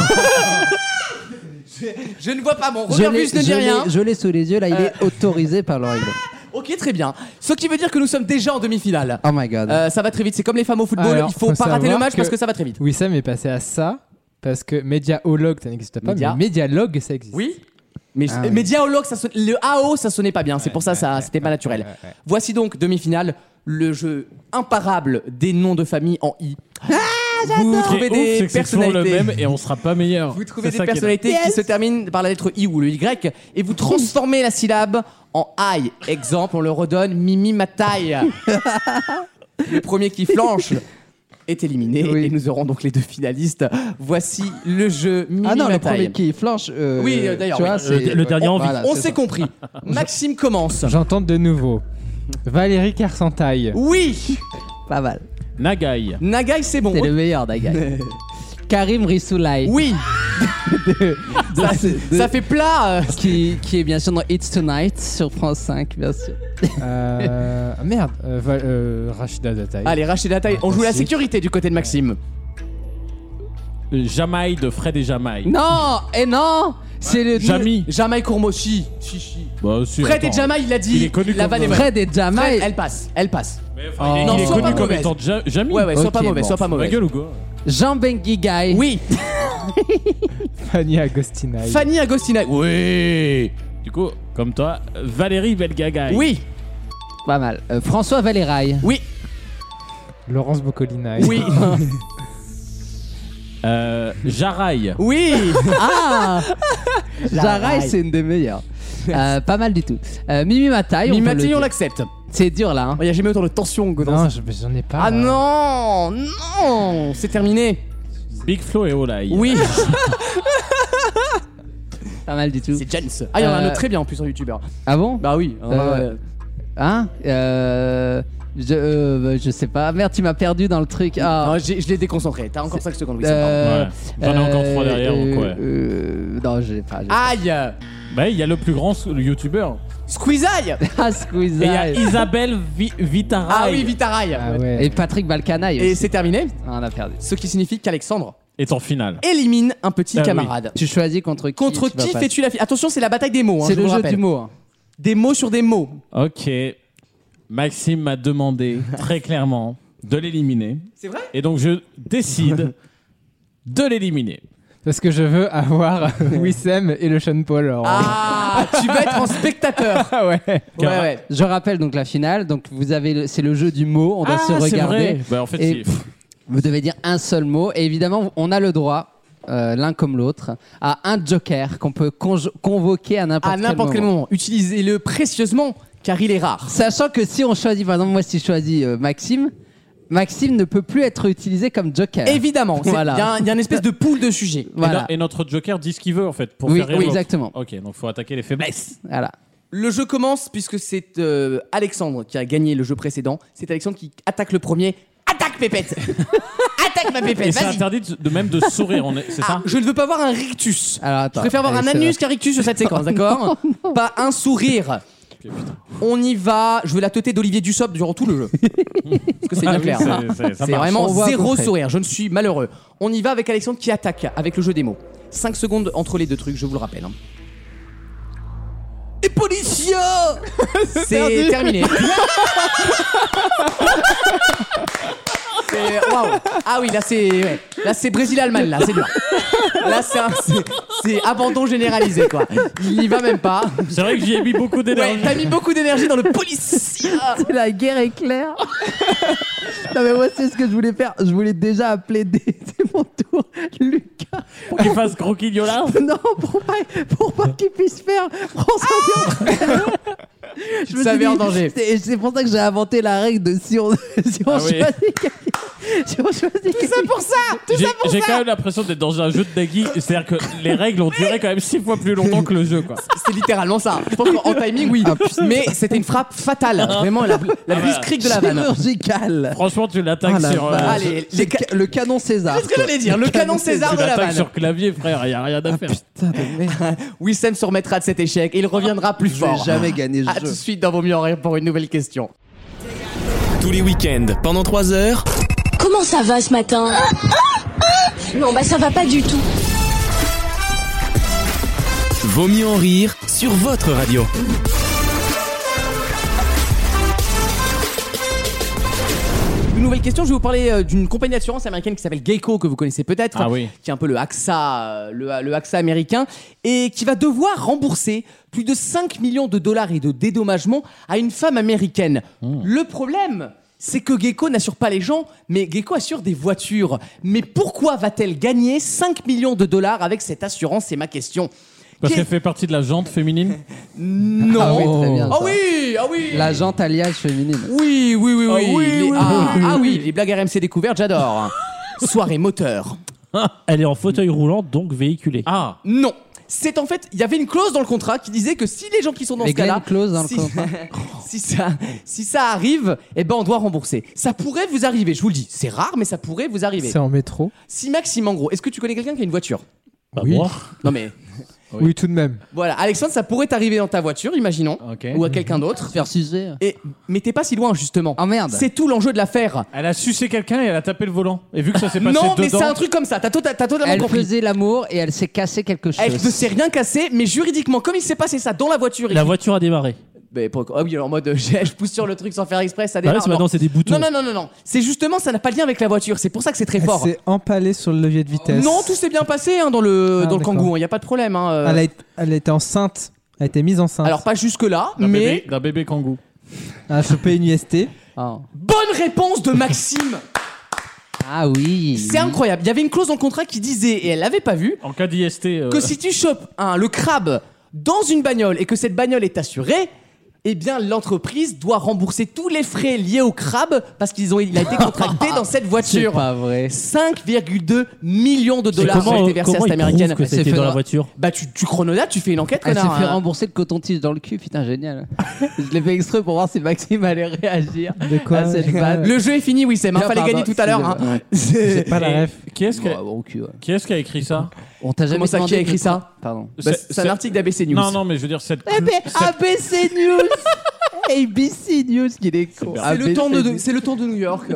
[SPEAKER 2] Je ne vois pas mon
[SPEAKER 4] Je
[SPEAKER 2] Ah, Robert
[SPEAKER 4] l'ai-
[SPEAKER 2] Bus ne
[SPEAKER 4] je
[SPEAKER 2] dit
[SPEAKER 4] l'ai-
[SPEAKER 2] rien. Euh.
[SPEAKER 4] Je l'ai sous les yeux là. Il est autorisé par le règlement.
[SPEAKER 2] Ok, très bien. Ce qui veut dire que nous sommes déjà en demi-finale.
[SPEAKER 4] Oh my god.
[SPEAKER 2] Euh, ça va très vite, c'est comme les femmes au football,
[SPEAKER 6] Alors,
[SPEAKER 2] il faut,
[SPEAKER 6] faut
[SPEAKER 2] pas rater le
[SPEAKER 6] savoir
[SPEAKER 2] match
[SPEAKER 6] que-
[SPEAKER 2] parce que ça va très vite.
[SPEAKER 6] Wissam est passé à ça Parce que médiaologue, ça n'existe pas,
[SPEAKER 2] Média.
[SPEAKER 6] mais médialogue, ça existe.
[SPEAKER 2] Oui mais,
[SPEAKER 4] Ah
[SPEAKER 2] mais
[SPEAKER 4] oui.
[SPEAKER 2] dialogue, ça sonne- le AO, ça sonnait pas bien. C'est pour ça, ça, c'était pas naturel. Voici donc demi-finale, le jeu imparable des noms de famille en i. Vous
[SPEAKER 3] Ce qui est
[SPEAKER 2] trouvez
[SPEAKER 3] ouf,
[SPEAKER 2] des
[SPEAKER 3] c'est que c'est toujours le
[SPEAKER 2] personnalités.
[SPEAKER 3] même et on sera pas meilleur.
[SPEAKER 2] Vous trouvez
[SPEAKER 3] C'est
[SPEAKER 2] des
[SPEAKER 3] ça qui est
[SPEAKER 2] personnalités qui se terminent par la lettre I ou le Y et vous transformez la syllabe en I. Exemple, on le redonne Mimi Mataille. le premier qui flanche est éliminé
[SPEAKER 4] Oui.
[SPEAKER 2] et nous aurons donc les deux finalistes. Voici le jeu Mimi
[SPEAKER 4] Ah non, le
[SPEAKER 2] Mataille.
[SPEAKER 4] premier qui flanche. euh,
[SPEAKER 2] Oui, euh, d'ailleurs,
[SPEAKER 4] tu vois,
[SPEAKER 2] oui.
[SPEAKER 4] c'est-
[SPEAKER 8] Le- le dernier en vie.
[SPEAKER 4] Voilà,
[SPEAKER 2] On
[SPEAKER 4] c'est
[SPEAKER 2] s'est
[SPEAKER 4] ça.
[SPEAKER 2] compris. Maxime commence.
[SPEAKER 6] J'entends de nouveau. Valérie Carcentaille.
[SPEAKER 2] Oui
[SPEAKER 4] Pas mal.
[SPEAKER 3] dingue. Nagai.
[SPEAKER 2] Nagai, c'est bon.
[SPEAKER 4] C'est le meilleur, Dagai. Karim Rissoulaï.
[SPEAKER 2] Oui ça,
[SPEAKER 4] de-
[SPEAKER 2] ça fait plat euh,
[SPEAKER 4] Qui, qui est bien sûr dans It's Tonight sur France 5, bien sûr.
[SPEAKER 6] Euh, ah, merde, euh, Val- euh, Rachida Dataï.
[SPEAKER 2] Allez, Rachida Taille, on joue la
[SPEAKER 6] Merci.
[SPEAKER 2] sécurité du côté de Maxime.
[SPEAKER 3] Euh, Jamaï de Fred et Jamaï.
[SPEAKER 4] Non
[SPEAKER 2] eh
[SPEAKER 4] Et non C'est le.
[SPEAKER 3] Jamy.
[SPEAKER 2] Jamaï Courmo, si, si, si.
[SPEAKER 3] Bah, si,
[SPEAKER 2] Fred et
[SPEAKER 3] attends.
[SPEAKER 2] Jamaï, il l'a dit.
[SPEAKER 3] Il est connu
[SPEAKER 2] la
[SPEAKER 3] comme-
[SPEAKER 2] vanne est bonne.
[SPEAKER 4] Fred et
[SPEAKER 2] Fred,
[SPEAKER 4] Jamaï.
[SPEAKER 2] elle passe, elle passe.
[SPEAKER 3] Mais, enfin,
[SPEAKER 6] Oh.
[SPEAKER 3] Il est,
[SPEAKER 2] Non,
[SPEAKER 3] il est
[SPEAKER 2] sois
[SPEAKER 3] connu
[SPEAKER 2] pas
[SPEAKER 3] comme
[SPEAKER 2] mauvaise.
[SPEAKER 3] étant Ja- Jamy.
[SPEAKER 2] Ouais, ouais, sois
[SPEAKER 4] Ok,
[SPEAKER 2] pas mauvais,
[SPEAKER 4] bon.
[SPEAKER 2] sois pas
[SPEAKER 3] Ma
[SPEAKER 2] mauvais.
[SPEAKER 3] gueule ou quoi
[SPEAKER 4] Jean Benguigui.
[SPEAKER 2] Oui,
[SPEAKER 6] Fanny Agostinaï.
[SPEAKER 2] Fanny Agostinay. Oui,
[SPEAKER 3] Du coup, comme toi, Valérie Belgagaï.
[SPEAKER 2] oui,
[SPEAKER 4] Pas mal. Euh, François Valérail.
[SPEAKER 2] oui,
[SPEAKER 6] Laurence Boccolinaï.
[SPEAKER 2] oui,
[SPEAKER 3] Euh, Jaraï.
[SPEAKER 2] oui.
[SPEAKER 4] Ah Jaraï, c'est une des meilleures. Euh, pas mal du tout. Euh, Mimi Mataille. on peut le
[SPEAKER 2] Mimati, on
[SPEAKER 4] dire.
[SPEAKER 2] l'accepte. Oh,
[SPEAKER 4] C'est dur là. hein.
[SPEAKER 2] Il n'y a jamais autant de tension que dans ça.
[SPEAKER 6] Non, je- mais j'en ai pas.
[SPEAKER 2] Ah
[SPEAKER 6] là.
[SPEAKER 2] non, non, c'est terminé.
[SPEAKER 3] Big Flo et Olay.
[SPEAKER 2] Oui,
[SPEAKER 4] Pas mal du tout.
[SPEAKER 2] c'est Jens. Ah, il y en a un
[SPEAKER 4] Euh,
[SPEAKER 2] autre très bien en plus en youtubeur.
[SPEAKER 4] Ah bon
[SPEAKER 2] Bah oui. hein,
[SPEAKER 4] Euh,
[SPEAKER 2] ouais.
[SPEAKER 4] Hein euh, je, euh, je sais pas. Merde, tu m'as perdu dans le truc. Ah.
[SPEAKER 2] Non, j'ai- je l'ai déconcentré. T'as encore 5 secondes, oui.
[SPEAKER 4] Euh,
[SPEAKER 3] Ouais. J'en ai encore trois derrière, donc ouais.
[SPEAKER 4] euh, non, je l'ai pas. je l'ai pas.
[SPEAKER 2] Aïe,
[SPEAKER 3] Bah, il y a le plus grand youtubeur.
[SPEAKER 2] Squeezaille.
[SPEAKER 4] Ah, Squeezie.
[SPEAKER 3] Et il y a Isabelle Vi- Vitaraï.
[SPEAKER 2] Ah oui, Vitaraï.
[SPEAKER 6] Ah ouais.
[SPEAKER 4] Et Patrick Balkanaï
[SPEAKER 2] Et
[SPEAKER 4] aussi.
[SPEAKER 2] c'est terminé.
[SPEAKER 4] Ah, on a perdu.
[SPEAKER 2] Ce qui signifie qu'Alexandre
[SPEAKER 3] Est en finale.
[SPEAKER 2] élimine un petit
[SPEAKER 3] Ah oui.
[SPEAKER 2] camarade.
[SPEAKER 4] Tu choisis contre qui
[SPEAKER 2] Contre
[SPEAKER 4] tu vas
[SPEAKER 2] qui
[SPEAKER 4] pas-
[SPEAKER 2] fais-tu la fi- Attention, c'est la bataille des mots. hein,
[SPEAKER 4] C'est
[SPEAKER 2] je vous
[SPEAKER 4] le jeu
[SPEAKER 2] rappelle.
[SPEAKER 4] du mot. hein.
[SPEAKER 2] Des mots sur des mots.
[SPEAKER 3] Ok. Maxime m'a demandé très clairement de l'éliminer.
[SPEAKER 2] C'est vrai
[SPEAKER 3] Et donc, je décide de l'éliminer.
[SPEAKER 6] Parce que je veux avoir Wissem et le Sean Paul. en-
[SPEAKER 2] Ah, tu vas être en spectateur.
[SPEAKER 6] Ah ouais.
[SPEAKER 2] Ouais,
[SPEAKER 3] Car-
[SPEAKER 2] ouais.
[SPEAKER 4] Je rappelle donc la finale. Donc vous avez, le- c'est le jeu du mot. On doit
[SPEAKER 2] Ah,
[SPEAKER 4] se
[SPEAKER 3] c'est
[SPEAKER 4] regarder.
[SPEAKER 3] vrai. Bah, en fait,
[SPEAKER 4] Et-
[SPEAKER 3] c'est-
[SPEAKER 4] Vous devez dire un seul mot. Et évidemment, on a le droit, euh, l'un comme l'autre, à un joker qu'on peut conjo- convoquer à n'importe
[SPEAKER 2] À
[SPEAKER 4] quel
[SPEAKER 2] n'importe quel
[SPEAKER 4] moment.
[SPEAKER 2] moment. Utilisez-le précieusement, car il est rare.
[SPEAKER 4] Sachant que si on choisit, par exemple, moi si je choisis euh, Maxime, Maxime ne peut plus être utilisé comme joker.
[SPEAKER 2] Évidemment. c'est- Il
[SPEAKER 4] Voilà.
[SPEAKER 2] y, a un- il y a une espèce de poule de sujets. Eh ben,
[SPEAKER 3] et
[SPEAKER 4] voilà.
[SPEAKER 3] no- et, notre Joker dit ce qu'il veut, en fait, pour
[SPEAKER 4] Oui,
[SPEAKER 3] faire rire
[SPEAKER 4] oui,
[SPEAKER 3] l'autre.
[SPEAKER 4] exactement.
[SPEAKER 3] Ok, donc faut attaquer les faiblesses.
[SPEAKER 4] Voilà.
[SPEAKER 2] Le jeu commence puisque c'est euh, Alexandre qui a gagné le jeu précédent. C'est Alexandre qui attaque le premier. Attaque Pépette Attaque ma
[SPEAKER 3] Et
[SPEAKER 2] Pépette,
[SPEAKER 3] c'est
[SPEAKER 2] vas-y
[SPEAKER 3] interdit de de même de sourire, on est- c'est
[SPEAKER 2] Ah,
[SPEAKER 3] ça
[SPEAKER 2] Je ne veux pas voir un rictus.
[SPEAKER 4] Alors
[SPEAKER 2] Je
[SPEAKER 4] attends.
[SPEAKER 2] préfère avoir un
[SPEAKER 4] Allez, c'est
[SPEAKER 2] anus qu'un rictus sur cette séquence, d'accord Pas un sourire. On y va. Je veux la teuter d'Olivier Dussopt durant tout le jeu. Parce que c'est bien
[SPEAKER 3] Ah oui,
[SPEAKER 2] clair.
[SPEAKER 3] c'est- c'est- ça
[SPEAKER 2] C'est
[SPEAKER 3] marche.
[SPEAKER 2] vraiment
[SPEAKER 4] On voit à peu
[SPEAKER 2] zéro
[SPEAKER 4] près.
[SPEAKER 2] sourire. Je ne suis malheureux. On y va avec Alexandre qui attaque avec le jeu des mots. 5 secondes entre les deux trucs, je vous le rappelle. hein. Et policiers C'est terminé. C'est- Waouh Ah oui, là c'est ouais. là c'est Brésil-Allemagne, là c'est dur. Là c'est un- c'est- c'est abandon généralisé quoi. Il n'y va même pas.
[SPEAKER 3] C'est vrai que j'y ai mis beaucoup
[SPEAKER 2] Ouais,
[SPEAKER 3] d'énergie.
[SPEAKER 2] t'as mis beaucoup d'énergie dans le policier.
[SPEAKER 4] C'est La guerre est claire. non mais moi c'est ce que je voulais faire. Je voulais déjà appeler D. C'est mon tour, Lucas.
[SPEAKER 3] Pour qu'il fasse croquignola.
[SPEAKER 4] Non, pour pas, pour pas qu'il puisse faire François Je me suis
[SPEAKER 2] Ah savais
[SPEAKER 4] dit-
[SPEAKER 2] en danger.
[SPEAKER 4] C'est c'est pour ça que j'ai inventé la règle de si on, si on
[SPEAKER 3] Ah oui.
[SPEAKER 4] choisit quelqu'un- si on choisit quelqu'un-
[SPEAKER 2] pour ça
[SPEAKER 3] J'ai j'ai quand même l'impression d'être dans un jeu de Nagui. C'est-à-dire que les règles ont duré quand même six fois plus longtemps que le jeu, quoi.
[SPEAKER 2] C'est littéralement ça. Je pense qu'en timing, oui. Mais c'était une frappe fatale. Vraiment, la, la plus crique de la vanne.
[SPEAKER 4] chirurgicale.
[SPEAKER 3] Franchement, tu l'attaques sur. euh,
[SPEAKER 2] Ah vache.
[SPEAKER 3] tu
[SPEAKER 2] Allez,
[SPEAKER 4] Oh, C'est
[SPEAKER 2] les
[SPEAKER 4] le
[SPEAKER 2] ca-
[SPEAKER 4] ca- le canon César.
[SPEAKER 2] C'est ce que j'allais dire. Le canon César de la Ah,
[SPEAKER 3] l'attaques
[SPEAKER 2] vanne.
[SPEAKER 3] sur clavier, frère. Y a rien à faire.
[SPEAKER 2] Wissem se remettra de cet échec et il reviendra plus
[SPEAKER 4] Je vais
[SPEAKER 2] fort.
[SPEAKER 4] jamais gagner
[SPEAKER 2] À
[SPEAKER 4] ce
[SPEAKER 2] tout de
[SPEAKER 4] jeu.
[SPEAKER 2] suite dans Vos mieux en rire pour une nouvelle question.
[SPEAKER 1] Tous les week-ends, pendant 3 heures,
[SPEAKER 10] Comment ça va ce matin Non, bah ça va pas du tout.
[SPEAKER 1] Vaut mieux en rire sur votre radio.
[SPEAKER 2] Nous une nouvelle question. Je vais vous parler euh, d'une compagnie d'assurance américaine qui s'appelle Geico, que vous connaissez peut-être,
[SPEAKER 7] Ah oui.
[SPEAKER 2] qui est un peu le AXA, euh, le, le AXA américain, et qui va devoir rembourser plus de 5 millions de dollars et de dédommagement à une femme américaine.
[SPEAKER 7] Hmm.
[SPEAKER 2] Le problème, c'est que Geico n'assure pas les gens, mais Geico assure des voitures. Mais pourquoi va-t-elle gagner 5 millions de dollars avec cette assurance C'est ma question.
[SPEAKER 7] Parce
[SPEAKER 2] Geico-
[SPEAKER 7] qu'elle fait partie de la jante féminine.
[SPEAKER 2] Non.
[SPEAKER 4] Ah oui, très bien,
[SPEAKER 2] Ah
[SPEAKER 4] ça.
[SPEAKER 2] oui, ah oui.
[SPEAKER 4] La jante alliage féminine.
[SPEAKER 2] Oui, oui, oui, oui.
[SPEAKER 7] oui,
[SPEAKER 2] Les-
[SPEAKER 7] oui,
[SPEAKER 2] ah, ah oui, les blagues RMC découvertes, j'adore. Soirée moteur.
[SPEAKER 8] Elle est en fauteuil roulant, donc véhiculée.
[SPEAKER 7] Ah
[SPEAKER 2] Non. C'est en fait, il y avait une clause dans le contrat qui disait que si les gens qui sont dans
[SPEAKER 4] Les
[SPEAKER 2] ce cas-là,
[SPEAKER 4] Glenn Close dans le
[SPEAKER 2] si,
[SPEAKER 4] contrat.
[SPEAKER 2] si ça, si ça arrive, eh ben on doit rembourser. Ça pourrait vous arriver, je vous le dis. C'est rare, mais ça pourrait vous arriver.
[SPEAKER 6] C'est en métro.
[SPEAKER 2] Si Maxime, en gros, est-ce que tu connais quelqu'un qui a une voiture
[SPEAKER 8] Bah,
[SPEAKER 6] oui.
[SPEAKER 8] moi.
[SPEAKER 2] Non mais
[SPEAKER 6] Oui. tout de même.
[SPEAKER 2] voilà, Alexandre, ça pourrait t'arriver dans ta voiture, imaginons,
[SPEAKER 7] Ok.
[SPEAKER 2] ou à quelqu'un d'autre.
[SPEAKER 4] Faire sucer.
[SPEAKER 2] Et mais t'es pas si loin justement.
[SPEAKER 4] Ah merde.
[SPEAKER 2] C'est tout l'enjeu de l'affaire.
[SPEAKER 7] Elle a sucé quelqu'un et elle a tapé le volant. Et vu que ça s'est passé
[SPEAKER 2] Non, mais
[SPEAKER 7] dedans-
[SPEAKER 2] c'est un truc comme ça. T'as tota- t'as totalement
[SPEAKER 4] Elle
[SPEAKER 2] compris.
[SPEAKER 4] faisait l'amour et elle s'est cassée quelque chose.
[SPEAKER 2] Elle Eh, ne s'est rien cassé, mais juridiquement, comme il s'est passé ça dans la voiture, et
[SPEAKER 8] La
[SPEAKER 2] qu'il-
[SPEAKER 8] voiture a démarré.
[SPEAKER 2] Mais pour- ah oui, alors en mode euh, je, je pousse sur le truc sans faire exprès, ça
[SPEAKER 8] Bah là,
[SPEAKER 2] démarre.
[SPEAKER 8] c'est maintenant, c'est des boutons.
[SPEAKER 2] non. non, non, non, non. C'est justement, ça n'a pas de lien avec la voiture. C'est pour ça que c'est très
[SPEAKER 6] Elle
[SPEAKER 2] fort.
[SPEAKER 6] s'est empalée sur le levier de vitesse.
[SPEAKER 2] Non, tout s'est bien passé hein, dans le
[SPEAKER 6] Ah,
[SPEAKER 2] dans le
[SPEAKER 6] d'accord.
[SPEAKER 2] kangou. Il n'y a pas de problème. hein, euh.
[SPEAKER 6] Elle, a été- elle était enceinte. Elle était mise enceinte.
[SPEAKER 2] Alors pas jusque là,
[SPEAKER 7] D'un
[SPEAKER 2] mais
[SPEAKER 7] bébé, d'un bébé kangou.
[SPEAKER 6] Elle a chopé une IST.
[SPEAKER 4] Ah.
[SPEAKER 2] bonne réponse de Maxime.
[SPEAKER 4] Ah oui.
[SPEAKER 2] c'est incroyable. Il y avait une clause dans le contrat qui disait et elle l'avait pas vue
[SPEAKER 7] En cas d'IST. euh,
[SPEAKER 2] que si tu chopes un, le crabe dans une bagnole et que cette bagnole est assurée, eh bien l'entreprise doit rembourser tous les frais liés au crabe parce qu'ils ont il a été contracté dans cette
[SPEAKER 4] C'est
[SPEAKER 2] voiture.
[SPEAKER 4] pas vrai.
[SPEAKER 2] 5,2 millions de
[SPEAKER 8] Mais
[SPEAKER 2] dollars ont été versés à
[SPEAKER 8] comment
[SPEAKER 2] cette
[SPEAKER 8] ils
[SPEAKER 2] américaine.
[SPEAKER 8] prouvent que
[SPEAKER 4] Elle s'est
[SPEAKER 8] c'était
[SPEAKER 4] fait
[SPEAKER 8] dans la
[SPEAKER 4] dra-
[SPEAKER 8] voiture
[SPEAKER 2] Bah tu, tu chronodates, tu fais une enquête,
[SPEAKER 4] Elle s'est
[SPEAKER 2] connard.
[SPEAKER 4] fait
[SPEAKER 2] hein.
[SPEAKER 4] rembourser le coton-tige dans le cul, putain, génial. Je l'ai fait exprès pour voir si Maxime allait réagir
[SPEAKER 6] De quoi
[SPEAKER 4] à cette
[SPEAKER 6] Ouais.
[SPEAKER 4] vanne.
[SPEAKER 2] Le jeu est fini, Wissem. Il
[SPEAKER 4] Ah,
[SPEAKER 2] fallait
[SPEAKER 4] pardon,
[SPEAKER 2] gagner tout à l'heure. hein.
[SPEAKER 6] J'ai pas la ref.
[SPEAKER 7] Qui est-ce qui,
[SPEAKER 4] Bon, bon cul, ouais.
[SPEAKER 7] qui, est-ce qui a écrit ça
[SPEAKER 4] On t'a jamais
[SPEAKER 2] Comment ça,
[SPEAKER 4] demandé
[SPEAKER 2] qui a
[SPEAKER 4] de-
[SPEAKER 2] écrit ça
[SPEAKER 4] Pardon.
[SPEAKER 2] Bah,
[SPEAKER 7] C'est-
[SPEAKER 2] C'est un article d'ABC News. ah,
[SPEAKER 7] Non, non, mais je veux dire, cette.
[SPEAKER 4] Eh ben, ABC News ABC News, qu'il est con.
[SPEAKER 2] C'est le,
[SPEAKER 4] ABC
[SPEAKER 2] temps de,
[SPEAKER 4] News.
[SPEAKER 2] c'est le temps de New York.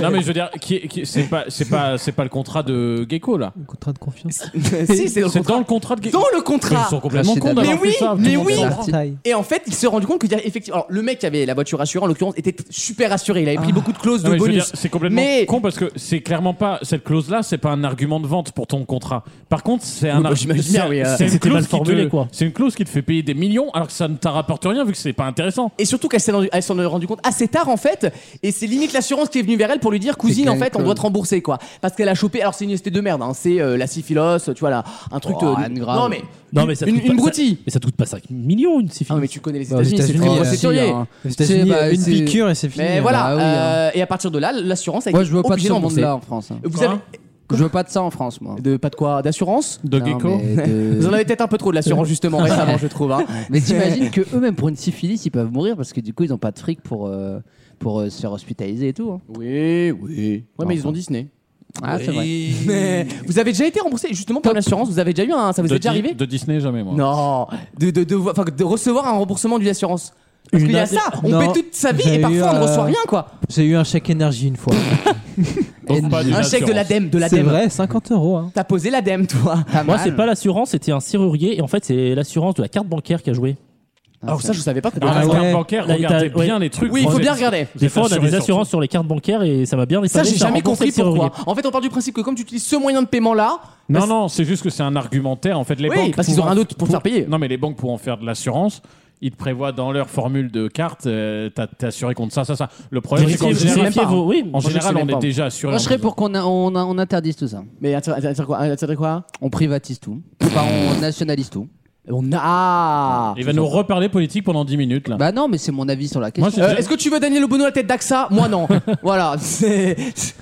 [SPEAKER 7] non, mais je veux dire, qui, qui- c'est pas, c'est pas, c'est pas le contrat de Gecko là.
[SPEAKER 6] Un contrat de confiance.
[SPEAKER 2] si, c'est dans le
[SPEAKER 7] C'est dans
[SPEAKER 2] contrat.
[SPEAKER 7] le contrat de Gecko.
[SPEAKER 2] Dans le
[SPEAKER 7] Mais
[SPEAKER 2] contrat.
[SPEAKER 7] Ils sont complètement
[SPEAKER 4] Rachida
[SPEAKER 7] cons d'avoir
[SPEAKER 2] Mais oui,
[SPEAKER 7] fait ça.
[SPEAKER 2] mais
[SPEAKER 7] tout le monde
[SPEAKER 2] oui.
[SPEAKER 7] s'en rend.
[SPEAKER 4] Arti-
[SPEAKER 6] Taille.
[SPEAKER 2] Et en fait, il s'est rendu compte qu'il y a effectivement. Alors, le mec qui avait la voiture assurée, en l'occurrence, était t- super assuré. Il avait pris beaucoup de clauses
[SPEAKER 7] Non,
[SPEAKER 2] de
[SPEAKER 7] mais je veux dire,
[SPEAKER 2] bonus.
[SPEAKER 7] c'est complètement
[SPEAKER 2] Mais-
[SPEAKER 7] con parce que c'est clairement pas cette clause là, c'est pas un argument de vente pour ton contrat. Par contre, c'est un
[SPEAKER 2] bah,
[SPEAKER 7] arg-
[SPEAKER 2] j'imagine
[SPEAKER 7] c'est-
[SPEAKER 2] bien, oui, euh,
[SPEAKER 7] c'est une
[SPEAKER 8] c'était
[SPEAKER 7] clause
[SPEAKER 8] mal
[SPEAKER 7] qui te-
[SPEAKER 8] formulé, quoi.
[SPEAKER 7] C'est une clause qui te fait payer des millions alors que ça ne t'a rapporte rien vu que c'est pas intéressant.
[SPEAKER 2] Et surtout qu'elle s'en elle s'en est rendue compte assez tard en fait. Et c'est limite l'assurance qui est venue vers elle pour lui dire cousine en
[SPEAKER 4] Glenn
[SPEAKER 2] fait on
[SPEAKER 4] Close.
[SPEAKER 2] doit te rembourser quoi. Parce qu'elle a chopé. Alors c'est une ST de merde. Hein. C'est euh, la syphilos, tu vois là un truc
[SPEAKER 4] Oh,
[SPEAKER 2] de.
[SPEAKER 4] Anne Grave.
[SPEAKER 2] Non mais
[SPEAKER 8] Non, mais ça
[SPEAKER 2] une,
[SPEAKER 8] coûte pas-
[SPEAKER 2] une
[SPEAKER 8] ça-
[SPEAKER 2] broutille.
[SPEAKER 8] Mais ça coûte pas 5 millions une syphilis.
[SPEAKER 2] Ah mais tu connais les
[SPEAKER 6] Bah, aux
[SPEAKER 2] États-Unis, c'est
[SPEAKER 6] États-Unis,
[SPEAKER 2] très
[SPEAKER 6] euh,
[SPEAKER 2] procédurier.
[SPEAKER 4] si, hein.
[SPEAKER 6] Aux États-Unis,
[SPEAKER 4] C'est- bah,
[SPEAKER 6] une
[SPEAKER 4] c'est-
[SPEAKER 6] piqûre et c'est fini.
[SPEAKER 2] Mais
[SPEAKER 6] hein.
[SPEAKER 2] voilà.
[SPEAKER 4] Bah oui,
[SPEAKER 2] euh, Et à partir de là, l'assurance. a été
[SPEAKER 4] Moi, je veux pas de
[SPEAKER 2] obligée
[SPEAKER 4] ce
[SPEAKER 2] rembourser.
[SPEAKER 4] monde-là en France. hein.
[SPEAKER 2] Vous avez
[SPEAKER 4] Je veux pas de ça en France, moi.
[SPEAKER 2] de pas de quoi d'assurance.
[SPEAKER 7] De
[SPEAKER 4] Non,
[SPEAKER 7] Gecko.
[SPEAKER 4] mais de-
[SPEAKER 2] Vous en avez peut-être un peu trop de l'assurance justement récemment je trouve. hein.
[SPEAKER 4] Mais t'imagines que eux-mêmes pour une syphilis ils peuvent mourir parce que du coup ils ont pas de fric pour euh, pour euh, se faire hospitaliser et tout. hein.
[SPEAKER 2] Oui oui. Ouais mais ils
[SPEAKER 4] Enfin.
[SPEAKER 2] ont Disney.
[SPEAKER 4] Ah c'est vrai.
[SPEAKER 2] Mais vous avez déjà été remboursé justement par l'assurance Vous avez déjà eu un Ça vous
[SPEAKER 7] de,
[SPEAKER 2] est déjà
[SPEAKER 7] Di-
[SPEAKER 2] arrivé
[SPEAKER 7] de Disney jamais moi.
[SPEAKER 2] Non, de, de, de, enfin, de recevoir un remboursement d'une assurance. Parce
[SPEAKER 8] Une
[SPEAKER 2] qu'il y a
[SPEAKER 8] année-
[SPEAKER 2] ça, on
[SPEAKER 6] Non,
[SPEAKER 2] paie toute sa vie
[SPEAKER 6] j'ai
[SPEAKER 2] et
[SPEAKER 6] eu,
[SPEAKER 2] parfois on ne
[SPEAKER 6] euh,
[SPEAKER 2] reçoit rien quoi.
[SPEAKER 6] J'ai eu un chèque énergie une fois.
[SPEAKER 7] Donc pas d'une
[SPEAKER 2] Un chèque de
[SPEAKER 7] assurance.
[SPEAKER 2] l'ADEME, de
[SPEAKER 6] C'est
[SPEAKER 2] l'ADEME.
[SPEAKER 6] vrai, 50 euros. hein.
[SPEAKER 2] T'as posé l'ADEME toi.
[SPEAKER 8] Moi, c'est pas l'assurance, c'était un serrurier. Et en fait, c'est l'assurance de la carte bancaire qui a joué.
[SPEAKER 2] Alors ça je savais pas
[SPEAKER 7] Dans
[SPEAKER 2] comment.
[SPEAKER 6] Ah,
[SPEAKER 7] la
[SPEAKER 6] ouais.
[SPEAKER 7] carte bancaire,
[SPEAKER 8] Là,
[SPEAKER 7] regardez
[SPEAKER 8] t'as- ouais.
[SPEAKER 7] bien les trucs.
[SPEAKER 2] Oui, il faut
[SPEAKER 7] Vous
[SPEAKER 2] bien
[SPEAKER 7] êtes-
[SPEAKER 2] regarder.
[SPEAKER 7] vous
[SPEAKER 8] Des
[SPEAKER 7] êtes
[SPEAKER 8] fois, on a
[SPEAKER 7] assuré
[SPEAKER 8] des
[SPEAKER 7] sur-
[SPEAKER 8] assurances sur les cartes bancaires et ça m'a bien
[SPEAKER 2] Ça
[SPEAKER 8] épargné.
[SPEAKER 2] j'ai
[SPEAKER 8] a
[SPEAKER 2] jamais
[SPEAKER 8] remboursé le
[SPEAKER 2] compris pourquoi.
[SPEAKER 8] serrurier.
[SPEAKER 2] En fait on part du principe que comme tu utilises ce moyen de paiement là,
[SPEAKER 7] Non, non, c'est juste que c'est un argumentaire. En fait, les
[SPEAKER 2] Oui,
[SPEAKER 7] banques.
[SPEAKER 2] parce qu'ils ont
[SPEAKER 7] pouvant-
[SPEAKER 2] rien d'autre pour te faire payer.
[SPEAKER 7] Non, mais les banques pour en faire de l'assurance. Ils te prévoient dans leur formule de carte, euh, t'as- t'es assuré contre ça, ça, ça. Le problème, c'est qu'en
[SPEAKER 8] Vérifiez-
[SPEAKER 2] sais
[SPEAKER 7] général,
[SPEAKER 2] même pas,
[SPEAKER 8] vérifiez vos. Oui,
[SPEAKER 7] en
[SPEAKER 2] je sais
[SPEAKER 7] général,
[SPEAKER 2] même
[SPEAKER 7] on
[SPEAKER 2] pas.
[SPEAKER 7] est déjà assuré.
[SPEAKER 4] Moi je serais
[SPEAKER 7] en-
[SPEAKER 4] pour qu'on a- on, a- on interdise tout ça.
[SPEAKER 2] mais attends, attends, attends quoi, attends, quoi
[SPEAKER 4] On privatise tout. Enfin on nationalise tout.
[SPEAKER 2] On a... Ah
[SPEAKER 7] Il va nous reparler politique pendant 10 minutes, là.
[SPEAKER 4] Bah non mais c'est mon avis sur la
[SPEAKER 7] Moi,
[SPEAKER 4] question.
[SPEAKER 7] je-
[SPEAKER 2] Euh, Est-ce que tu veux Daniel Obono à la tête d'AXA Moi non. voilà. c'est-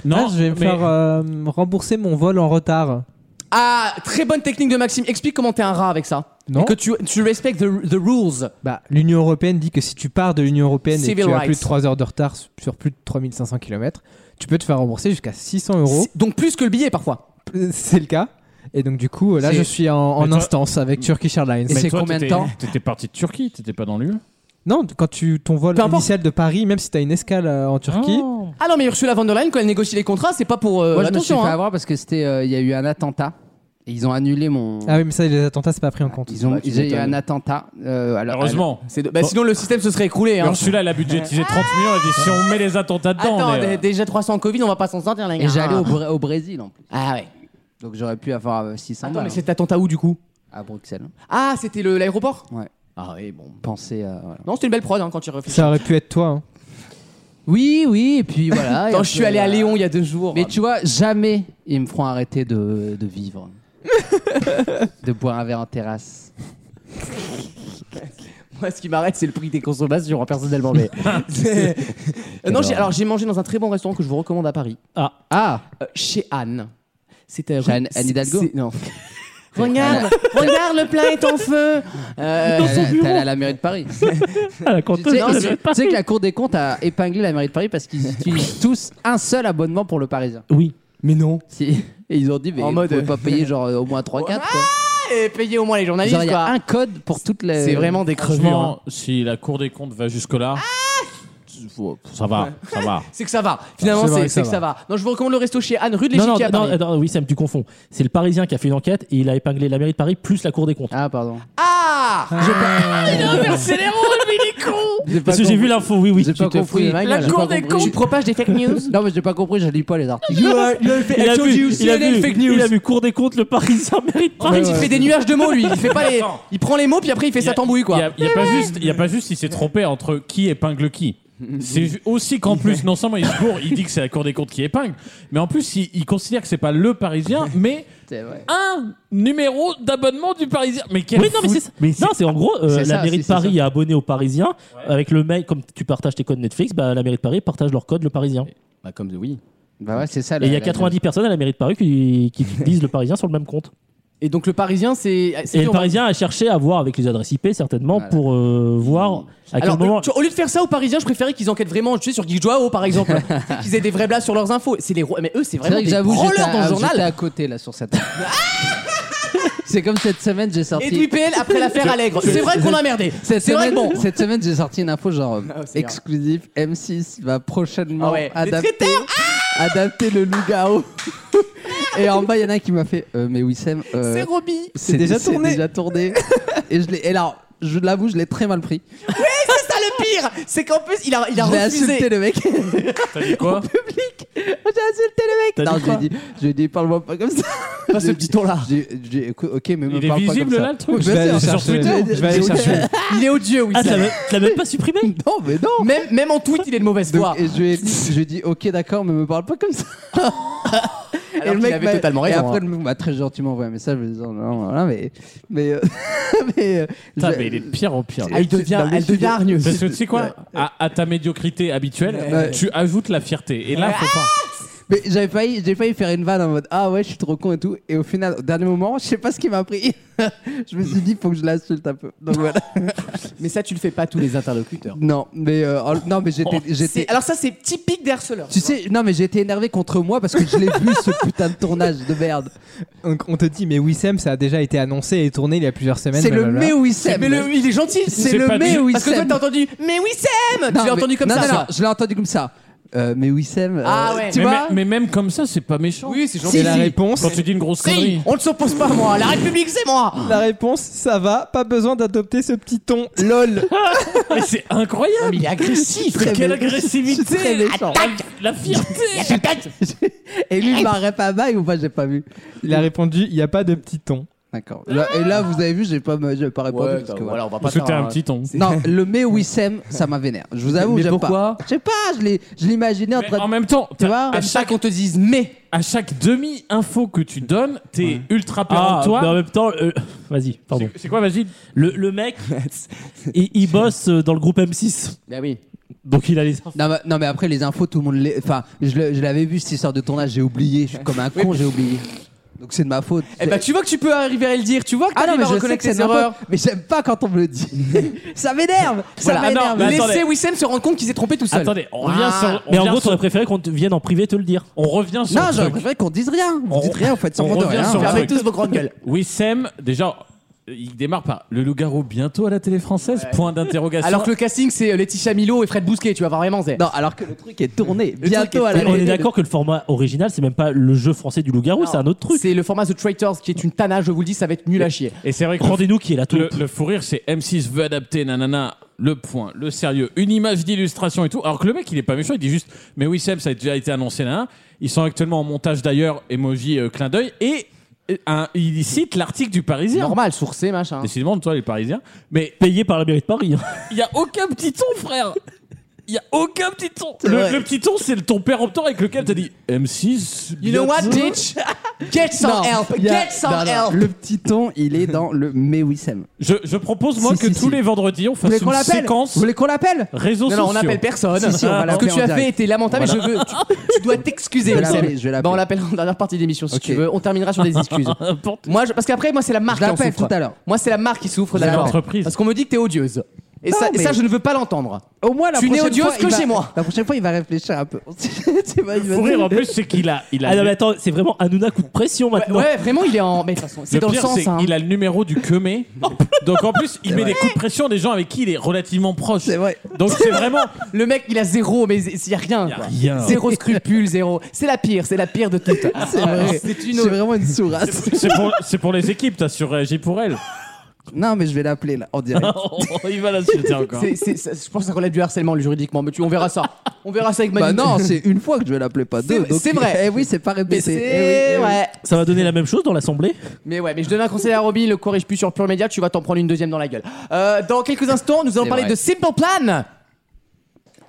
[SPEAKER 7] non,
[SPEAKER 6] Ah, je vais me
[SPEAKER 7] mais-
[SPEAKER 6] faire euh, rembourser mon vol en retard.
[SPEAKER 2] Ah, très bonne technique de Maxime. Explique comment t'es un rat avec ça.
[SPEAKER 6] Non.
[SPEAKER 2] Et que tu, tu respectes the, the rules.
[SPEAKER 6] Bah, L'Union européenne dit que si tu pars de l'Union européenne et que
[SPEAKER 2] Civil
[SPEAKER 6] tu as plus
[SPEAKER 2] rights.
[SPEAKER 6] de 3 heures de retard sur- sur plus de 3500 km, tu peux te faire rembourser jusqu'à 600 euros.
[SPEAKER 2] C'est- Donc plus que le billet parfois.
[SPEAKER 6] C'est le cas. Et donc, du coup, là,
[SPEAKER 4] C'est-
[SPEAKER 6] je suis en, en
[SPEAKER 7] Mais toi-
[SPEAKER 6] instance avec Turkish Airlines.
[SPEAKER 4] Et
[SPEAKER 7] Mais
[SPEAKER 4] c'est
[SPEAKER 7] toi,
[SPEAKER 4] combien de
[SPEAKER 7] t'étais-
[SPEAKER 4] temps
[SPEAKER 7] T'étais parti de Turquie, t'étais pas dans l'UE.
[SPEAKER 6] Non, quand tu ton vol
[SPEAKER 2] Peu importe.
[SPEAKER 6] initial de Paris, même si tu as une escale euh, en Turquie,
[SPEAKER 8] Mm.
[SPEAKER 2] Ah non, mais Ursula von der Leyen, quand elle négocie les contrats, c'est pas pour. euh,
[SPEAKER 4] Moi je me suis
[SPEAKER 2] attention,
[SPEAKER 4] fait
[SPEAKER 2] hein.
[SPEAKER 4] avoir parce que c'était euh, il y a eu un attentat. Ils ont annulé mon.
[SPEAKER 6] Ah oui, mais ça, les attentats, c'est pas pris en compte.
[SPEAKER 4] Ils ont,
[SPEAKER 2] Ouais, tu
[SPEAKER 4] j'ai eu
[SPEAKER 2] m'étonnes.
[SPEAKER 4] un attentat. euh, alors-
[SPEAKER 3] Heureusement.
[SPEAKER 2] C'est de- bah, Sinon, le système se serait écroulé. hein.
[SPEAKER 3] Ursula, elle a
[SPEAKER 4] Ah.
[SPEAKER 3] budgétisé 30 millions. Elle dit si on met les attentats dedans,
[SPEAKER 2] Attends,
[SPEAKER 3] on est,
[SPEAKER 2] dé-
[SPEAKER 3] euh,
[SPEAKER 2] déjà 300 Covid, on va pas s'en sortir, les gars.
[SPEAKER 4] Et j'allais au, Bra- au Brésil en plus.
[SPEAKER 2] Ah ouais.
[SPEAKER 4] Donc j'aurais pu avoir euh, 600
[SPEAKER 2] Attends,
[SPEAKER 4] balles,
[SPEAKER 2] mais cet attentat où du coup
[SPEAKER 4] hein, à Bruxelles.
[SPEAKER 2] Ah, c'était le- l'aéroport
[SPEAKER 4] Ouais.
[SPEAKER 2] Ah oui, bon.
[SPEAKER 4] Penser à. voilà.
[SPEAKER 2] Non, c'était une belle prod hein, quand tu réfléchis.
[SPEAKER 6] Ça aurait pu être toi. hein.
[SPEAKER 4] Oui, oui, et puis voilà. et
[SPEAKER 2] Attends,
[SPEAKER 4] un
[SPEAKER 2] je suis
[SPEAKER 4] peu,
[SPEAKER 2] allé à
[SPEAKER 4] euh,
[SPEAKER 2] Léon il y a deux jours.
[SPEAKER 4] Mais tu vois, jamais ils me feront arrêter de, de vivre. de boire un verre en terrasse.
[SPEAKER 2] Moi, ce qui m'arrête, c'est le prix des consommations, personnellement. Mais... C'est- Euh, non, j'ai- alors j'ai mangé dans un très bon restaurant que je vous recommande à Paris,
[SPEAKER 4] Ah
[SPEAKER 2] Euh, chez Anne. C'était
[SPEAKER 4] Chez Anne- Anne Hidalgo
[SPEAKER 2] Non. regarde, regarde, le plat est en feu. Euh,
[SPEAKER 4] T'es allé à la mairie de Paris.
[SPEAKER 8] à Ah, la
[SPEAKER 4] Tu
[SPEAKER 8] cantonne.
[SPEAKER 4] sais, tu sais que la Cour des comptes a épinglé la mairie de Paris parce qu'ils utilisent tous un seul abonnement pour le Parisien.
[SPEAKER 8] Oui.
[SPEAKER 2] Mais non.
[SPEAKER 4] Si. Et ils ont dit, mais
[SPEAKER 2] En
[SPEAKER 4] vous
[SPEAKER 2] mode-
[SPEAKER 4] pouvez pas payer genre euh, au moins 3-4. quoi.
[SPEAKER 2] Et payez au moins les journalistes.
[SPEAKER 4] Genre, il y a
[SPEAKER 2] quoi.
[SPEAKER 4] un code pour toutes les.
[SPEAKER 2] C'est vraiment des crevures. hein.
[SPEAKER 7] Franchement, si la Cour des comptes va jusque-là,
[SPEAKER 4] Ah.
[SPEAKER 7] faut- ça va, ça va.
[SPEAKER 2] C'est que ça va. Finalement,
[SPEAKER 6] C'est vrai
[SPEAKER 2] c'est
[SPEAKER 6] que
[SPEAKER 2] c'est
[SPEAKER 6] ça
[SPEAKER 2] que ça va. Non, je vous recommande le resto chez Anne, rue de
[SPEAKER 8] Non, non,
[SPEAKER 2] l'Échiquier à Paris.
[SPEAKER 8] non, non, oui, Sam, tu confonds. C'est le Parisien qui a fait une enquête et il a épinglé la mairie de Paris plus la Cour des comptes.
[SPEAKER 4] Ah, pardon.
[SPEAKER 2] Ah
[SPEAKER 3] Il a inversé les rôles, mais il est con
[SPEAKER 8] Parce que j'ai vu l'info, oui, oui.
[SPEAKER 4] J'ai pas
[SPEAKER 8] Tu te fous
[SPEAKER 4] compris.
[SPEAKER 8] de ma
[SPEAKER 4] La
[SPEAKER 8] gueule.
[SPEAKER 4] Cour des
[SPEAKER 2] Tu propages des fake news
[SPEAKER 4] Non, mais j'ai pas compris, je lis pas les articles.
[SPEAKER 2] You are- you are-
[SPEAKER 8] Il a,
[SPEAKER 2] I told you,
[SPEAKER 8] vu, il, a
[SPEAKER 2] CNN
[SPEAKER 8] vu,
[SPEAKER 2] fake news.
[SPEAKER 8] il a vu Cour des comptes, le Parisien mérite
[SPEAKER 2] En
[SPEAKER 8] Paris.
[SPEAKER 2] fait, il fait des nuages de mots, lui. Il fait pas les.
[SPEAKER 3] Attends.
[SPEAKER 2] Il prend les mots, puis après, il fait sa tambouille,
[SPEAKER 3] Il y
[SPEAKER 2] quoi.
[SPEAKER 3] a, il y a pas juste, il y a pas juste, il s'est trompé entre qui épingle qui. C'est ju- aussi qu'en plus, non seulement il se bourre, il dit que c'est la Cour des comptes qui épingle, mais en plus il, il considère que c'est pas le Parisien, mais
[SPEAKER 4] C'est vrai.
[SPEAKER 3] un numéro d'abonnement du Parisien. Mais quel
[SPEAKER 8] Oui, non, mais
[SPEAKER 3] fou-
[SPEAKER 8] c'est ça. non, c'est en gros, euh,
[SPEAKER 4] c'est
[SPEAKER 8] la
[SPEAKER 4] ça,
[SPEAKER 8] mairie
[SPEAKER 4] c'est-
[SPEAKER 8] de
[SPEAKER 4] c'est
[SPEAKER 8] Paris est abonnée aux Parisiens. Avec le mail, comme tu partages tes codes Netflix, bah, la mairie de Paris partage leur code, le Parisien.
[SPEAKER 2] Bah, comme oui.
[SPEAKER 4] Bah ouais, c'est ça.
[SPEAKER 8] Et il y a 90 personnes à la mairie de Paris qui, qui utilisent le Parisien sur le même compte.
[SPEAKER 2] Et donc, le parisien, c'est. c'est hein.
[SPEAKER 8] Et
[SPEAKER 2] qui,
[SPEAKER 8] le
[SPEAKER 2] on va-
[SPEAKER 8] Parisien a cherché à voir avec les adresses IP, certainement,
[SPEAKER 4] Voilà.
[SPEAKER 8] pour euh, voir à quel
[SPEAKER 2] Alors,
[SPEAKER 8] moment.
[SPEAKER 2] tu vois, au lieu de faire ça aux Parisiens, je préférais qu'ils enquêtent vraiment, tu sais, sur Guy Joao, par exemple. Tu sais, qu'ils aient des vrais blagues sur leurs infos. C'est les rois- Mais eux, c'est
[SPEAKER 4] C'est
[SPEAKER 2] vraiment
[SPEAKER 4] vrai que
[SPEAKER 2] des
[SPEAKER 4] j'avoue, j'étais
[SPEAKER 2] branleurs dans le
[SPEAKER 4] à, j'étais
[SPEAKER 2] journal.
[SPEAKER 4] à côté là sur cette. c'est comme cette semaine, j'ai sorti.
[SPEAKER 2] Et de l'UPL après l'affaire Allègre. C'est vrai qu'on a merdé.
[SPEAKER 4] Cette
[SPEAKER 2] C'est vrai
[SPEAKER 4] semaine,
[SPEAKER 2] que bon.
[SPEAKER 4] cette semaine, j'ai sorti une info genre euh,
[SPEAKER 2] Ah, c'est grave.
[SPEAKER 4] exclusif. M6 va prochainement
[SPEAKER 2] Ah ouais, les
[SPEAKER 4] adapter, adapter le loup-garou. Et en bas, il y en a un qui m'a fait euh, Mais Wissem, euh,
[SPEAKER 2] C'est Roby.
[SPEAKER 4] c'est déjà tourné. déjà tourné. Et je l'ai. Et alors, je l'avoue, je l'ai très mal pris.
[SPEAKER 2] C'est ça le pire. C'est qu'en plus, il a, il a
[SPEAKER 4] je l'ai
[SPEAKER 2] refusé.
[SPEAKER 4] insulté le mec. J'ai insulté
[SPEAKER 3] T'as dit quoi
[SPEAKER 4] Oh, le mec. Non, je lui ai dit, je lui ai dit, parle-moi pas comme ça.
[SPEAKER 2] Pas ce petit ton-là.
[SPEAKER 4] J'ai- j'ai- écoute, ok, mais me
[SPEAKER 3] Il est
[SPEAKER 4] parle pas comme
[SPEAKER 3] visible
[SPEAKER 4] ça.
[SPEAKER 3] là le truc.
[SPEAKER 6] Je vais
[SPEAKER 4] Bah,
[SPEAKER 6] aller chercher.
[SPEAKER 4] Twitter.
[SPEAKER 6] Je vais aller chercher.
[SPEAKER 2] Il est odieux, oui.
[SPEAKER 8] Ah, tu l'as même- tu l'as même pas supprimé
[SPEAKER 4] Non, mais non.
[SPEAKER 2] Même, même en tweet, il est de mauvaise foi.
[SPEAKER 4] Donc, et je lui ai dit, je lui ai dit, ok, d'accord, mais me parle pas comme ça.
[SPEAKER 2] Alors qu'il avait
[SPEAKER 4] m'a-
[SPEAKER 2] totalement
[SPEAKER 4] Et
[SPEAKER 2] raison,
[SPEAKER 4] après,
[SPEAKER 2] hein.
[SPEAKER 4] le mec m'a très gentiment envoyé un message me disant, non, voilà, mais. Mais. euh, mais, euh,
[SPEAKER 3] Putain,
[SPEAKER 4] je-
[SPEAKER 3] mais il est de pire en pire.
[SPEAKER 2] Elle devient, elle devient hargneuse.
[SPEAKER 3] Parce que tu sais quoi à, à ta médiocrité habituelle,
[SPEAKER 4] Ouais.
[SPEAKER 3] tu ajoutes la fierté. Et là, faut pas.
[SPEAKER 4] mais j'avais failli, j'ai failli faire une vanne en mode, ah ouais, je suis trop con et tout. Et au final, au dernier moment, je sais pas ce qui m'a pris. je me suis dit, faut que je l'insulte un peu. Donc voilà.
[SPEAKER 2] Mais ça, tu le fais pas à tous les interlocuteurs.
[SPEAKER 4] non, mais. euh, en- non, mais j'étais. j'étais
[SPEAKER 2] Oh, C'est- Alors ça, c'est typique des harceleurs.
[SPEAKER 4] tu sais, non, mais j'étais énervé contre moi parce que je l'ai vu ce putain de tournage de merde.
[SPEAKER 6] Donc, on te dit, mais Wissem, ça a déjà été annoncé et tourné il y a plusieurs semaines.
[SPEAKER 4] C'est le
[SPEAKER 6] blablabla.
[SPEAKER 4] mais où il s'aime.
[SPEAKER 2] Mais le- il est gentil.
[SPEAKER 4] C'est
[SPEAKER 3] C'est
[SPEAKER 4] le
[SPEAKER 3] pas
[SPEAKER 4] mais
[SPEAKER 3] du-
[SPEAKER 4] où il
[SPEAKER 2] Parce que toi,
[SPEAKER 4] s'aime.
[SPEAKER 2] t'as entendu. Mais Wissem Tu l'as
[SPEAKER 4] mais-
[SPEAKER 2] entendu comme
[SPEAKER 4] non,
[SPEAKER 2] ça.
[SPEAKER 4] Non, non, je l'ai entendu comme ça. Euh, mais Wissem. euh,
[SPEAKER 2] Ah ouais.
[SPEAKER 4] Tu
[SPEAKER 3] mais,
[SPEAKER 4] vois
[SPEAKER 3] mais- mais même comme ça, c'est pas méchant.
[SPEAKER 2] Oui, c'est
[SPEAKER 6] Et
[SPEAKER 2] gentil.
[SPEAKER 6] la réponse,
[SPEAKER 3] Quand tu dis une grosse connerie.
[SPEAKER 2] Si, on ne s'oppose pas à moi. La République, c'est moi.
[SPEAKER 6] la réponse, ça va, pas besoin d'adopter ce petit ton. LOL.
[SPEAKER 3] Mais c'est incroyable.
[SPEAKER 2] Mais il est agressif.
[SPEAKER 4] Très
[SPEAKER 3] Quelle
[SPEAKER 4] bien. Je suis très
[SPEAKER 3] agressivité.
[SPEAKER 4] méchant.
[SPEAKER 3] Attaque. La fierté.
[SPEAKER 4] Et lui, il m'arrête pas mal ou pas J'ai pas vu.
[SPEAKER 6] Il a répondu, il n'y a pas de petit ton.
[SPEAKER 4] D'accord. Là- et là, vous avez vu, j'ai pas, j'ai pas répondu. parce que voilà.
[SPEAKER 2] bah, on va
[SPEAKER 3] Parce que t'es un petit ton.
[SPEAKER 4] Non, le mais Wissem, ça m'a vénère. Je vous avoue,
[SPEAKER 2] Mais
[SPEAKER 4] j'aime
[SPEAKER 2] pourquoi
[SPEAKER 4] pas. Je sais pas, je l'ai- je l'imaginais en
[SPEAKER 3] Mais
[SPEAKER 4] train de.
[SPEAKER 3] en même temps,
[SPEAKER 4] Tu vois
[SPEAKER 3] à
[SPEAKER 2] T'aimes pas
[SPEAKER 3] chaque,
[SPEAKER 2] qu'on te dise mais.
[SPEAKER 3] à chaque demi-info que tu donnes, t'es ultra
[SPEAKER 8] Ah, mais en
[SPEAKER 3] péremptoire.
[SPEAKER 8] même temps, euh, vas-y, pardon.
[SPEAKER 3] C'est quoi, vas-y
[SPEAKER 8] Le, le mec, il, il bosse euh, dans le groupe M6.
[SPEAKER 2] Bah oui.
[SPEAKER 8] Donc il a les infos.
[SPEAKER 4] Non mais, non, mais après, les infos, tout le monde les. Enfin, je le- je l'avais vu, cette histoire de tournage, j'ai oublié. Je suis comme un con, j'ai oublié. Donc c'est de ma faute.
[SPEAKER 2] Eh bah, tu vois que tu peux arriver à le dire. Tu vois que
[SPEAKER 4] Ah non,
[SPEAKER 2] t'arrives
[SPEAKER 4] mais
[SPEAKER 2] à
[SPEAKER 4] je sais
[SPEAKER 2] reconnaître
[SPEAKER 4] que c'est
[SPEAKER 2] tes
[SPEAKER 4] de ma faute,
[SPEAKER 2] erreurs.
[SPEAKER 4] Mais j'aime pas quand on me le dit. ça m'énerve. Ça
[SPEAKER 8] Voilà, ah non,
[SPEAKER 4] m'énerve.
[SPEAKER 2] bah,
[SPEAKER 8] mais attendez.
[SPEAKER 2] Laissez Wissem se rendre compte qu'il s'est trompé tout seul.
[SPEAKER 3] Attendez, on revient
[SPEAKER 2] Ah.
[SPEAKER 3] sur. on
[SPEAKER 8] Mais en
[SPEAKER 3] revient
[SPEAKER 8] gros,
[SPEAKER 3] sur-
[SPEAKER 8] t'aurais préféré qu'on te vienne en privé te le dire.
[SPEAKER 3] on revient sur.
[SPEAKER 4] Non,
[SPEAKER 3] le
[SPEAKER 4] j'aurais
[SPEAKER 3] truc.
[SPEAKER 4] préféré qu'on dise rien. Vous
[SPEAKER 3] On-
[SPEAKER 2] Ah,
[SPEAKER 4] dites rien, vous faites
[SPEAKER 3] on
[SPEAKER 4] semblant de
[SPEAKER 3] revient
[SPEAKER 4] rien.
[SPEAKER 3] sur-
[SPEAKER 2] Fermez tous vos grandes gueules.
[SPEAKER 3] Wissem, déjà, il démarre par le loup-garou bientôt à la télé française Point d'interrogation.
[SPEAKER 2] Alors que le casting, c'est euh, Laetitia Milo et Fred Bousquet, tu vas voir vraiment. c'est-
[SPEAKER 4] Non, alors que le truc est tourné
[SPEAKER 2] truc
[SPEAKER 4] bientôt
[SPEAKER 2] est
[SPEAKER 4] à Ah, la
[SPEAKER 8] Mais on
[SPEAKER 4] télé.
[SPEAKER 8] est d'accord que le format original, c'est même pas le jeu français du loup-garou,
[SPEAKER 2] Non.
[SPEAKER 8] c'est un autre truc.
[SPEAKER 2] C'est le format The Traitors qui est une tana, je vous le dis, ça va être nul à chier.
[SPEAKER 3] et c'est vrai que
[SPEAKER 8] Rendez-nous qui est la taupe.
[SPEAKER 3] le, le fou rire, c'est M6 veut adapter, nanana, le point, le sérieux, une image d'illustration et tout. Alors que le mec, il est pas méchant, il dit juste, mais oui, Seb, ça a déjà été annoncé, nanana. Ils sont actuellement en montage d'ailleurs, emoji, euh, clin d'œil, et euh, un- il cite l'article du Parisien.
[SPEAKER 2] Normal, hein. sourcé, machin.
[SPEAKER 3] Décidément, toi, les Parisiens. Mais
[SPEAKER 8] Payé par la mairie de Paris. hein.
[SPEAKER 3] il y a aucun petit ton, frère. Il y a aucun petit ton.
[SPEAKER 4] C'est
[SPEAKER 3] Le,
[SPEAKER 4] vrai.
[SPEAKER 3] le petit ton, c'est le ton péremptoire avec lequel t'as dit M6.
[SPEAKER 2] You know what,
[SPEAKER 3] bientôt.
[SPEAKER 2] bitch? Get some
[SPEAKER 4] Non,
[SPEAKER 2] help!
[SPEAKER 4] il y a-
[SPEAKER 2] Get some
[SPEAKER 4] non, non,
[SPEAKER 2] help!
[SPEAKER 4] Le petit ton, il est dans le mais oui Sam.
[SPEAKER 3] je, je propose, moi,
[SPEAKER 4] Si,
[SPEAKER 3] que
[SPEAKER 4] si,
[SPEAKER 3] tous
[SPEAKER 4] si.
[SPEAKER 3] les vendredis, on
[SPEAKER 6] Vous
[SPEAKER 3] fasse
[SPEAKER 6] voulez qu'on
[SPEAKER 3] une
[SPEAKER 6] l'appelle
[SPEAKER 3] séquence
[SPEAKER 6] Vous voulez qu'on l'appelle
[SPEAKER 3] réseaux
[SPEAKER 2] Non, non,
[SPEAKER 3] sociaux.
[SPEAKER 2] on n'appelle personne.
[SPEAKER 4] Si, si, on va
[SPEAKER 2] Ce que
[SPEAKER 4] l'appeler
[SPEAKER 2] tu
[SPEAKER 4] en
[SPEAKER 2] as fait
[SPEAKER 4] direct.
[SPEAKER 2] était lamentable et je veux. Tu, tu dois t'excuser,
[SPEAKER 4] Je vais
[SPEAKER 2] Oussem.
[SPEAKER 4] l'appeler, je vais l'appeler.
[SPEAKER 2] Bah, on l'appelle en dernière partie d'émission si
[SPEAKER 4] Ok.
[SPEAKER 2] tu veux. On terminera sur des excuses. moi, je- parce qu'après, moi, c'est la marque
[SPEAKER 4] Je
[SPEAKER 2] qui en
[SPEAKER 4] l'appelle
[SPEAKER 2] souffre.
[SPEAKER 4] tout à l'heure.
[SPEAKER 2] Moi, c'est la marque qui souffre
[SPEAKER 3] C'est
[SPEAKER 2] d'abord.
[SPEAKER 3] l'entreprise.
[SPEAKER 2] Parce qu'on me dit que t'es odieuse. Et,
[SPEAKER 4] Non,
[SPEAKER 2] ça, et
[SPEAKER 4] mais-
[SPEAKER 2] ça, je ne veux pas l'entendre.
[SPEAKER 4] Au moins la
[SPEAKER 2] Je suis né
[SPEAKER 4] prochaine
[SPEAKER 2] odieuse
[SPEAKER 4] fois,
[SPEAKER 2] que
[SPEAKER 4] il va-
[SPEAKER 2] chez moi.
[SPEAKER 4] La prochaine fois, il va réfléchir un peu. Tu vois, il va
[SPEAKER 3] Pour
[SPEAKER 4] dire-
[SPEAKER 3] rire, en plus, c'est qu'il a, il a
[SPEAKER 8] Ah non,
[SPEAKER 3] le-
[SPEAKER 8] mais attends, c'est vraiment Hanouna coup de pression
[SPEAKER 2] Ouais,
[SPEAKER 8] maintenant.
[SPEAKER 2] ouais, vraiment, il est en. Mais de toute façon, c'est
[SPEAKER 3] le
[SPEAKER 2] dans
[SPEAKER 3] pire,
[SPEAKER 2] le sens.
[SPEAKER 3] c'est
[SPEAKER 2] hein.
[SPEAKER 3] qu'il a le numéro du Kemé. Donc en plus, il met des coups de pression à des gens avec qui il est relativement proche.
[SPEAKER 4] C'est vrai.
[SPEAKER 3] Donc c'est vraiment.
[SPEAKER 2] Le mec, il a zéro, mais il n'y a rien. quoi.
[SPEAKER 3] rien.
[SPEAKER 2] Zéro scrupule, zéro. C'est la pire, c'est la pire de toutes.
[SPEAKER 4] C'est vrai.
[SPEAKER 2] Ah, C'est
[SPEAKER 4] C'est
[SPEAKER 2] une.
[SPEAKER 4] vraiment une sourasse.
[SPEAKER 3] C'est pour, c'est pour les équipes, t'as surréagi pour elles.
[SPEAKER 4] Non, mais je vais l'appeler là, en
[SPEAKER 8] Ah,
[SPEAKER 4] direct.
[SPEAKER 3] Oh, il va la suivre encore.
[SPEAKER 2] c'est- c'est- ça- je pense que ça relève du harcèlement lui, juridiquement, mais tu, on verra ça. On verra ça avec
[SPEAKER 4] Bah
[SPEAKER 2] Manu.
[SPEAKER 4] non, c'est une fois que je vais l'appeler, pas
[SPEAKER 2] C'est-
[SPEAKER 4] deux. donc-
[SPEAKER 2] c'est vrai.
[SPEAKER 4] Eh oui, c'est pas
[SPEAKER 2] mais
[SPEAKER 4] répété.
[SPEAKER 2] c'est
[SPEAKER 4] Eh oui, eh oui.
[SPEAKER 2] ouais.
[SPEAKER 8] Ça va donner la même chose dans l'Assemblée
[SPEAKER 2] Mais ouais, mais je donne un conseil à Robin, le corrige plus sur Pure Media, tu vas t'en prendre une deuxième dans la gueule. Euh, dans quelques instants, nous allons
[SPEAKER 4] C'est
[SPEAKER 2] parler
[SPEAKER 4] vrai.
[SPEAKER 2] de Simple Plan.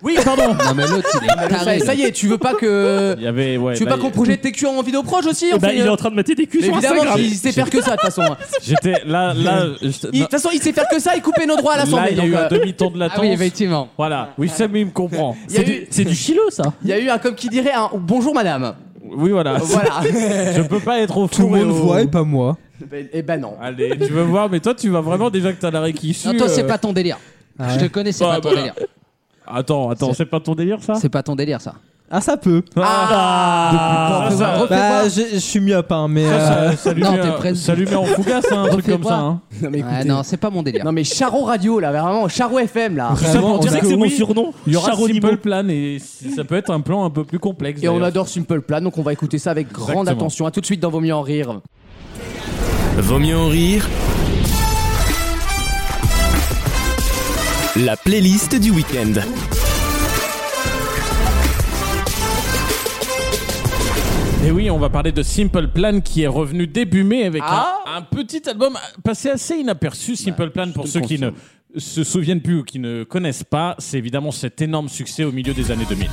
[SPEAKER 2] Oui, pardon.
[SPEAKER 4] Non, mais l'autre, il est
[SPEAKER 2] ça,
[SPEAKER 4] taré.
[SPEAKER 2] ça y est, tu veux pas que
[SPEAKER 3] Il y avait. Ouais,
[SPEAKER 2] tu veux
[SPEAKER 3] là,
[SPEAKER 2] pas qu'on
[SPEAKER 3] il-
[SPEAKER 2] projette tes culs en vidéo proche aussi on
[SPEAKER 3] bah,
[SPEAKER 8] Eh ben,
[SPEAKER 2] fait,
[SPEAKER 8] Il est
[SPEAKER 2] euh,
[SPEAKER 8] en train de mater des culs
[SPEAKER 2] mais
[SPEAKER 8] sur
[SPEAKER 2] Évidemment,
[SPEAKER 8] Instagram.
[SPEAKER 2] il sait faire que ça de toute façon. hein.
[SPEAKER 3] J'étais là. là je-
[SPEAKER 2] Il- De
[SPEAKER 3] non,
[SPEAKER 2] toute façon, il sait faire que ça et couper nos droits à
[SPEAKER 3] là,
[SPEAKER 2] l'Assemblée.
[SPEAKER 3] il y a
[SPEAKER 2] donc,
[SPEAKER 3] eu
[SPEAKER 2] euh,
[SPEAKER 3] un demi-temps de latence.
[SPEAKER 4] Ah oui, effectivement.
[SPEAKER 3] Voilà. Oui, Sam, il me comprend.
[SPEAKER 2] il y a
[SPEAKER 8] C'est
[SPEAKER 2] eu-
[SPEAKER 8] du- C'est du chilo ça.
[SPEAKER 2] il y a eu un comme qui dirait un bonjour madame.
[SPEAKER 3] Oui, voilà.
[SPEAKER 2] Voilà.
[SPEAKER 3] Je peux pas être au
[SPEAKER 6] Tout le
[SPEAKER 3] four et
[SPEAKER 6] monde
[SPEAKER 3] au-
[SPEAKER 6] voit et pas moi.
[SPEAKER 2] Et ben non.
[SPEAKER 3] Allez, tu veux voir, mais toi, tu vas vraiment déjà que t'as la euh, réquiche.
[SPEAKER 4] Non, toi, c'est pas ton délire.
[SPEAKER 6] Ah
[SPEAKER 4] Je te
[SPEAKER 6] ouais.
[SPEAKER 4] connais, c'est
[SPEAKER 3] Bah,
[SPEAKER 4] pas ton
[SPEAKER 3] bah.
[SPEAKER 4] délire.
[SPEAKER 3] Attends, attends, c'est pas ton délire ça
[SPEAKER 4] C'est pas ton délire, ça.
[SPEAKER 6] Ah, ça peut.
[SPEAKER 3] Ah, ça, ça,
[SPEAKER 6] Bah, je je suis myope, hein, mais. euh,
[SPEAKER 3] ça, ça lui
[SPEAKER 4] Non,
[SPEAKER 3] met
[SPEAKER 4] t'es
[SPEAKER 3] un-
[SPEAKER 4] presque-
[SPEAKER 3] ça lui met en fougasse, hein, un truc
[SPEAKER 4] Refais
[SPEAKER 3] comme ça.
[SPEAKER 4] voir.
[SPEAKER 3] hein.
[SPEAKER 2] Non mais
[SPEAKER 4] Ouais,
[SPEAKER 2] écoutez.
[SPEAKER 4] Ah non, c'est pas mon délire.
[SPEAKER 2] Non mais Charo Radio là, vraiment Charo FM là.
[SPEAKER 3] Tout hein. ça pour
[SPEAKER 6] Vraiment,
[SPEAKER 3] dire
[SPEAKER 6] on a-
[SPEAKER 3] que
[SPEAKER 8] C'est mon
[SPEAKER 3] oui,
[SPEAKER 8] surnom.
[SPEAKER 3] Il y aura
[SPEAKER 8] Charonimo.
[SPEAKER 3] Simple Plan et ça peut être un plan un peu plus complexe.
[SPEAKER 2] Et on
[SPEAKER 3] d'ailleurs.
[SPEAKER 2] adore Simple Plan, donc on va écouter ça avec grande
[SPEAKER 3] Exactement.
[SPEAKER 2] attention. À tout de suite dans Vos mieux en rire.
[SPEAKER 1] Vaut mieux en rire. La playlist du week-end.
[SPEAKER 3] Et oui, on va parler de Simple Plan qui est revenu début mai avec un-
[SPEAKER 2] Ah
[SPEAKER 3] un, petit album passé assez inaperçu. Simple Plan, pour
[SPEAKER 2] te
[SPEAKER 3] ceux
[SPEAKER 2] le
[SPEAKER 3] qui ne se souviennent plus ou qui ne connaissent pas, c'est évidemment cet énorme succès au milieu des années 2000.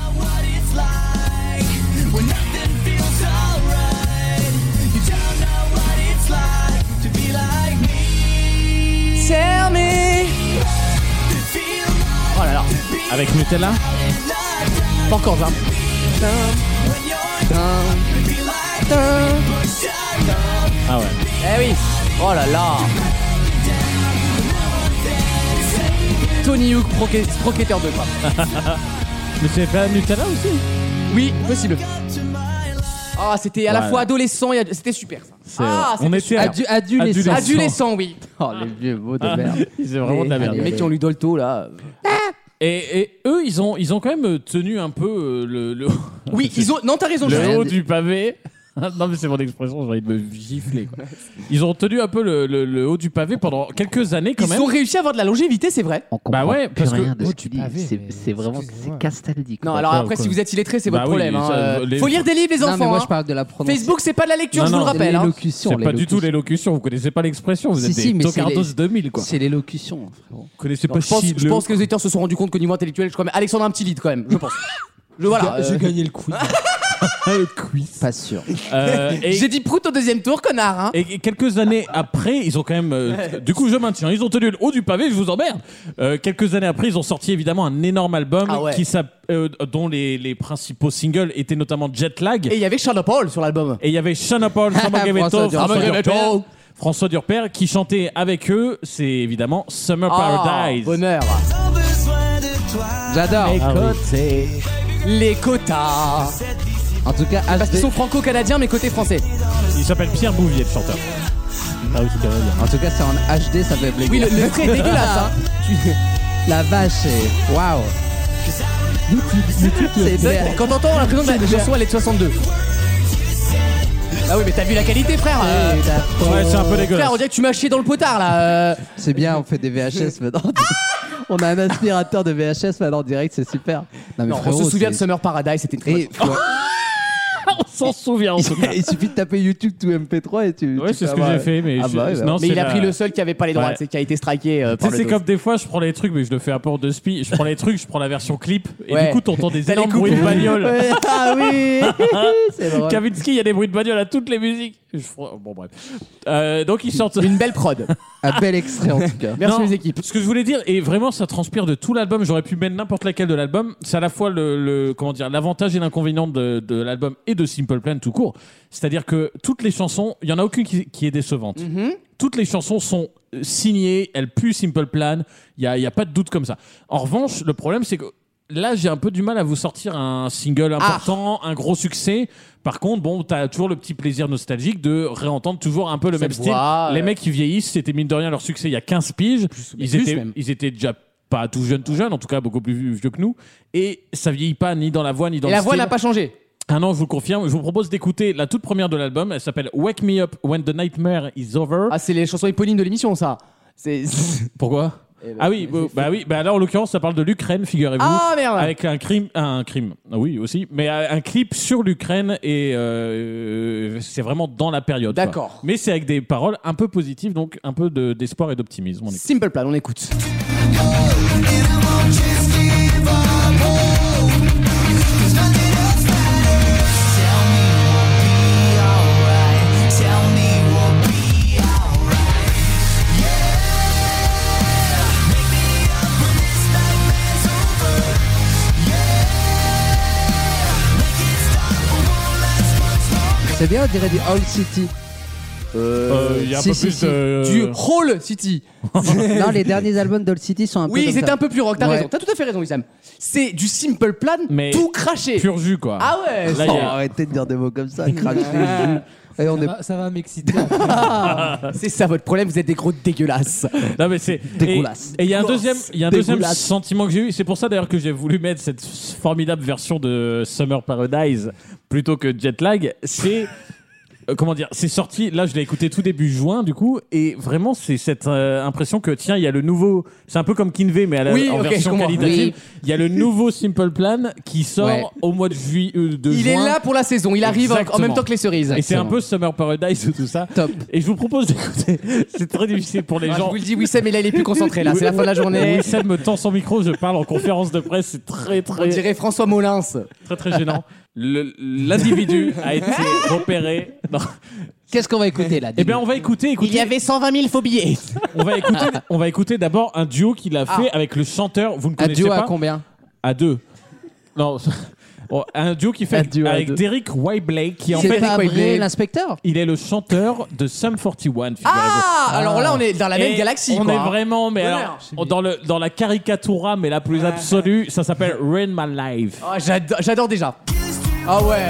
[SPEAKER 2] Tell me. Oh là là,
[SPEAKER 3] Avec Nutella
[SPEAKER 2] pas encore hein.
[SPEAKER 3] Ah ouais.
[SPEAKER 2] Eh oui. Oh là là. Tony Hook, Proque- Proqueteur 2 quoi.
[SPEAKER 3] Mais c'est pas Nutella aussi
[SPEAKER 2] Oui, possible. Ah, c'était à la
[SPEAKER 3] Voilà.
[SPEAKER 2] fois adolescent et ad- c'était super ça. Ah,
[SPEAKER 3] on
[SPEAKER 2] c'était
[SPEAKER 3] était
[SPEAKER 2] super.
[SPEAKER 4] Adu- adolescent.
[SPEAKER 2] Adolescent, oui.
[SPEAKER 4] Oh, les vieux mots de merde.
[SPEAKER 3] C'est Ah, vraiment de la merde.
[SPEAKER 2] Les mecs qui ont lu Dolto là.
[SPEAKER 3] Et, et eux, ils ont, ils ont quand même euh, tenu un peu euh, le, le,
[SPEAKER 2] Oui, ils ont. Non, t'as raison.
[SPEAKER 3] le
[SPEAKER 2] Julien.
[SPEAKER 3] haut du pavé. non, mais c'est mon expression, j'ai envie de me gifler. quoi. Ils ont tenu un peu le, le- le haut du pavé pendant quelques années quand
[SPEAKER 2] Ils
[SPEAKER 3] même.
[SPEAKER 2] ont réussi à avoir de la longévité, c'est vrai.
[SPEAKER 4] On
[SPEAKER 3] Bah ouais, parce que-
[SPEAKER 4] rien de
[SPEAKER 6] Oh,
[SPEAKER 4] ce
[SPEAKER 6] tu
[SPEAKER 4] qu'il dit.
[SPEAKER 6] pavais,
[SPEAKER 4] C'est-
[SPEAKER 6] mais
[SPEAKER 4] C'est vraiment
[SPEAKER 6] excuse-moi.
[SPEAKER 4] c'est Castaldi.
[SPEAKER 2] Non,
[SPEAKER 4] quoi.
[SPEAKER 2] alors
[SPEAKER 3] quoi,
[SPEAKER 2] après,
[SPEAKER 3] quoi.
[SPEAKER 2] si vous êtes illettré, c'est votre
[SPEAKER 3] Bah oui,
[SPEAKER 2] problème.
[SPEAKER 3] ça,
[SPEAKER 2] hein. Euh,
[SPEAKER 3] les-
[SPEAKER 2] Faut lire des livres, les
[SPEAKER 4] Non, mais
[SPEAKER 2] enfants.
[SPEAKER 4] moi
[SPEAKER 2] hein.
[SPEAKER 4] je parle de la prononciation.
[SPEAKER 2] Facebook, c'est pas de la lecture,
[SPEAKER 3] Non,
[SPEAKER 2] je vous le
[SPEAKER 3] non,
[SPEAKER 2] rappelle. hein.
[SPEAKER 4] L'élocution.
[SPEAKER 3] C'est pas du tout
[SPEAKER 4] l'élocution.
[SPEAKER 3] l'élocution, vous connaissez pas l'expression, vous
[SPEAKER 4] Si,
[SPEAKER 3] êtes
[SPEAKER 4] si,
[SPEAKER 3] des
[SPEAKER 4] mais c'est
[SPEAKER 3] tocardos
[SPEAKER 4] les-
[SPEAKER 3] 2000 quoi.
[SPEAKER 4] C'est l'élocution, frérot.
[SPEAKER 3] Vous connaissez
[SPEAKER 2] Non,
[SPEAKER 3] pas
[SPEAKER 2] je, pense,
[SPEAKER 3] Chine,
[SPEAKER 2] je
[SPEAKER 3] le-
[SPEAKER 2] pense que les auditeurs se sont rendus compte qu'au niveau intellectuel, je crois même Alexandre un petit lead quand même, je pense. Je, voilà, euh,
[SPEAKER 6] gagné le quiz.
[SPEAKER 3] le quiz.
[SPEAKER 4] Pas sûr.
[SPEAKER 3] Euh, et,
[SPEAKER 2] J'ai dit prout au deuxième tour, connard. Hein.
[SPEAKER 3] et quelques années après, ils ont quand même. euh, du coup, je maintiens, ils ont tenu le haut du pavé, je vous emmerde. Euh, quelques années après, ils ont sorti évidemment un énorme album
[SPEAKER 2] Ah ouais.
[SPEAKER 3] qui s'app- euh, dont les, les principaux singles étaient notamment Jet Lag.
[SPEAKER 2] Et il y avait Charles Paul sur l'album.
[SPEAKER 3] Et il y avait Shannon Paul, Summer Gavetto,
[SPEAKER 4] François Durper.
[SPEAKER 3] François
[SPEAKER 2] Summer Gavetto.
[SPEAKER 3] Durper, François Durper, qui chantait avec eux, c'est évidemment Summer
[SPEAKER 2] Ah,
[SPEAKER 3] Paradise.
[SPEAKER 2] bonheur.
[SPEAKER 4] J'adore.
[SPEAKER 2] Les quotas.
[SPEAKER 4] En tout cas,
[SPEAKER 2] Parce qu'ils
[SPEAKER 4] HD.
[SPEAKER 2] sont franco-canadiens, mais côté français.
[SPEAKER 3] Il s'appelle Pierre Bouvier, le chanteur.
[SPEAKER 8] Ah oui, c'est quand même.
[SPEAKER 4] En tout cas, c'est en HD, ça fait bléguer.
[SPEAKER 2] Oui, le, le trait est dégueulasse. hein.
[SPEAKER 4] La vache, est- waouh. C'est
[SPEAKER 2] C'est vrai
[SPEAKER 4] bien.
[SPEAKER 2] que Quand t'entends, on a l'impression que la chanson elle est de 62. Ah oui, mais t'as vu la qualité, frère euh,
[SPEAKER 3] Ouais, c'est un peu
[SPEAKER 2] Frère,
[SPEAKER 3] dégueulasse.
[SPEAKER 2] on dirait que tu m'as chié dans le potard là. euh.
[SPEAKER 4] C'est bien, on fait des VHS maintenant. on a un aspirateur de VHS maintenant en direct, c'est super. Non, mais
[SPEAKER 2] Non, on
[SPEAKER 4] frérot,
[SPEAKER 2] se souvient de
[SPEAKER 4] c'est-
[SPEAKER 2] Summer Paradise, c'était une très
[SPEAKER 4] Et faut-
[SPEAKER 8] On s'en souvient en tout cas.
[SPEAKER 4] il suffit de taper YouTube tout MP3 et tu.
[SPEAKER 3] Ouais,
[SPEAKER 4] tu peux
[SPEAKER 3] c'est ce que
[SPEAKER 4] avoir-
[SPEAKER 3] j'ai fait, mais,
[SPEAKER 4] Ah
[SPEAKER 3] je-
[SPEAKER 4] bah ouais, bah
[SPEAKER 3] non,
[SPEAKER 4] ouais.
[SPEAKER 2] bonne. Mais
[SPEAKER 3] c'est
[SPEAKER 2] il a
[SPEAKER 3] la-
[SPEAKER 2] pris le seul qui avait pas les droits,
[SPEAKER 3] Ouais.
[SPEAKER 2] c'est qui a été striké euh,
[SPEAKER 3] Tu
[SPEAKER 2] par
[SPEAKER 3] sais,
[SPEAKER 2] le
[SPEAKER 3] c'est
[SPEAKER 2] dos.
[SPEAKER 3] comme des fois, je prends les trucs, mais je le fais à bord de spi. Je prends les trucs, je prends la version clip, et
[SPEAKER 2] Ouais.
[SPEAKER 3] du coup, t'entends des
[SPEAKER 2] T'as les
[SPEAKER 3] énormes
[SPEAKER 2] coupes.
[SPEAKER 3] bruits de bagnole.
[SPEAKER 4] Ouais, ah oui C'est drôle.
[SPEAKER 3] Kavinsky, il y a des bruits de bagnole à toutes les musiques. Je ferai- Bon, bref. Euh, donc, ils sortent.
[SPEAKER 2] Une belle prod.
[SPEAKER 4] Un bel extrait en tout cas.
[SPEAKER 2] Merci
[SPEAKER 3] Non,
[SPEAKER 2] les équipes.
[SPEAKER 3] Ce que je voulais dire, et vraiment, ça transpire de tout l'album. J'aurais pu mettre n'importe laquelle de l'album. C'est à la fois le, le- comment dire l'avantage et l'inconvénient de, de l'album et de Simple Plan tout court. C'est-à-dire que toutes les chansons, il y en a aucune qui, qui est décevante.
[SPEAKER 2] Mhm.
[SPEAKER 3] Toutes les chansons sont euh, signées, elles puent Simple Plan. Il y a, il y a pas de doute comme ça. En revanche, le problème, c'est que Là, j'ai un peu du mal à vous sortir un single
[SPEAKER 2] Ah.
[SPEAKER 3] important, un gros succès. Par contre, bon, t'as toujours le petit plaisir nostalgique de réentendre toujours un peu le
[SPEAKER 2] Cette
[SPEAKER 3] même style.
[SPEAKER 2] voix,
[SPEAKER 3] Les
[SPEAKER 2] euh,
[SPEAKER 3] mecs qui vieillissent, c'était mine de rien leur succès il y a 15 piges. ils,
[SPEAKER 2] plus
[SPEAKER 3] étaient,
[SPEAKER 2] même.
[SPEAKER 3] ils étaient déjà pas tout jeunes, tout jeunes, en tout cas beaucoup plus vieux que nous. Et ça vieillit pas ni dans la voix, ni dans
[SPEAKER 2] Et
[SPEAKER 3] le
[SPEAKER 2] la voix
[SPEAKER 3] style.
[SPEAKER 2] n'a pas changé.
[SPEAKER 3] Ah non, je vous le confirme. Je vous propose d'écouter la toute première de l'album. Elle s'appelle Wake Me Up When the Nightmare Is Over.
[SPEAKER 2] Ah, c'est les chansons éponymes de l'émission, ça. C'est.
[SPEAKER 3] pourquoi
[SPEAKER 2] eh
[SPEAKER 3] Ah oui, bah, bah oui, bah là en l'occurrence, ça parle de l'Ukraine, figurez-vous.
[SPEAKER 2] ben, Ah merde
[SPEAKER 3] Avec un crime, un crime, Ah oui aussi, mais euh, un clip sur l'Ukraine et euh, c'est vraiment dans la période. quoi.
[SPEAKER 2] D'accord.
[SPEAKER 3] Mais c'est avec des paroles un peu positives, donc un peu de- d'espoir et d'optimisme. On écoute.
[SPEAKER 2] Simple Plan, on écoute.
[SPEAKER 4] C'est bien, on dirait du Old City.
[SPEAKER 3] Euh, Il y a un
[SPEAKER 4] si,
[SPEAKER 3] peu
[SPEAKER 4] si,
[SPEAKER 3] plus
[SPEAKER 4] si.
[SPEAKER 3] de.
[SPEAKER 2] Du Hall City.
[SPEAKER 4] Non, les derniers albums d'Old City sont un peu.
[SPEAKER 2] Oui,
[SPEAKER 4] comme
[SPEAKER 2] ils étaient
[SPEAKER 4] ça.
[SPEAKER 2] un peu plus rock, t'as
[SPEAKER 4] Ouais.
[SPEAKER 2] raison. T'as tout à fait raison, Isam. C'est du Simple Plan,
[SPEAKER 3] Mais-
[SPEAKER 2] tout craché.
[SPEAKER 3] pur jus, quoi.
[SPEAKER 2] Ah ouais
[SPEAKER 3] Là, il
[SPEAKER 4] Oh,
[SPEAKER 3] y a-
[SPEAKER 4] arrêtez de dire des mots comme ça, cracher. Et on
[SPEAKER 6] Ça
[SPEAKER 4] est
[SPEAKER 6] va, Ah, ça va m'exciter.
[SPEAKER 2] C'est ça votre problème, vous êtes des gros dégueulasses.
[SPEAKER 3] Non, mais c'est.
[SPEAKER 4] Dégueulasse.
[SPEAKER 3] Et et il y a un deuxième, il y a un deuxième
[SPEAKER 2] Dégueulasse.
[SPEAKER 3] sentiment que j'ai eu. C'est pour ça d'ailleurs que j'ai voulu mettre cette formidable version de Summer Paradise plutôt que Jetlag. C'est. euh, Comment dire C'est sorti, là je l'ai écouté tout début juin du coup, et vraiment c'est cette euh, impression que tiens, il y a le nouveau, c'est un peu comme Kinvey mais à la,
[SPEAKER 2] Oui,
[SPEAKER 3] en
[SPEAKER 2] ok, je
[SPEAKER 3] version
[SPEAKER 2] comprends.
[SPEAKER 3] qualitative, il y a le nouveau Simple Plan qui sort
[SPEAKER 4] Ouais.
[SPEAKER 3] au mois de, ju- euh, de
[SPEAKER 2] Il est
[SPEAKER 3] juin.
[SPEAKER 2] là pour la saison, il arrive en- en
[SPEAKER 3] Exactement.
[SPEAKER 2] même temps que les cerises.
[SPEAKER 3] Et c'est un peu Summer Paradise tout ça.
[SPEAKER 4] Top.
[SPEAKER 3] Et je vous propose d'écouter. C'est très difficile pour les
[SPEAKER 2] Ah, je
[SPEAKER 3] gens.
[SPEAKER 2] vous le dis, Wissem, il est plus concentré là, c'est la fin de la journée.
[SPEAKER 3] Wissem me tend son micro, je parle en conférence de presse, c'est très
[SPEAKER 2] On
[SPEAKER 3] très,
[SPEAKER 2] dirait François Molins.
[SPEAKER 3] très très gênant. Le- L'individu a été repéré. Non.
[SPEAKER 4] Qu'est-ce qu'on va écouter là
[SPEAKER 3] Eh bien, on va écouter, écoutez,
[SPEAKER 2] Il y avait 120 000 faux billets.
[SPEAKER 3] on va écouter,
[SPEAKER 4] Ah.
[SPEAKER 3] on va écouter d'abord un duo qu'il a fait avec le chanteur. Vous ne
[SPEAKER 4] Un
[SPEAKER 3] connaissez
[SPEAKER 4] duo
[SPEAKER 3] pas
[SPEAKER 4] à combien
[SPEAKER 3] À deux. Non, bon, un duo qui fait
[SPEAKER 4] Un
[SPEAKER 3] avec,
[SPEAKER 4] duo à
[SPEAKER 3] avec
[SPEAKER 4] deux.
[SPEAKER 3] Derek Whibley, qui en
[SPEAKER 4] C'est
[SPEAKER 3] fait,
[SPEAKER 4] pas
[SPEAKER 2] quoi, il
[SPEAKER 4] vrai,
[SPEAKER 2] est-
[SPEAKER 4] l'inspecteur
[SPEAKER 3] il est le chanteur de Sum 41. figurez-vous.
[SPEAKER 2] Ah, Alors là, on est dans la même
[SPEAKER 3] Bah, Et
[SPEAKER 2] galaxie.
[SPEAKER 3] On
[SPEAKER 2] quoi. hein.
[SPEAKER 3] est vraiment, mais
[SPEAKER 2] Bonheur.
[SPEAKER 3] alors, on- dans, le, dans la caricatura, mais la plus absolue, ça s'appelle Rain My Life.
[SPEAKER 2] Ah, j'adore- J'adore déjà. Ah ouais.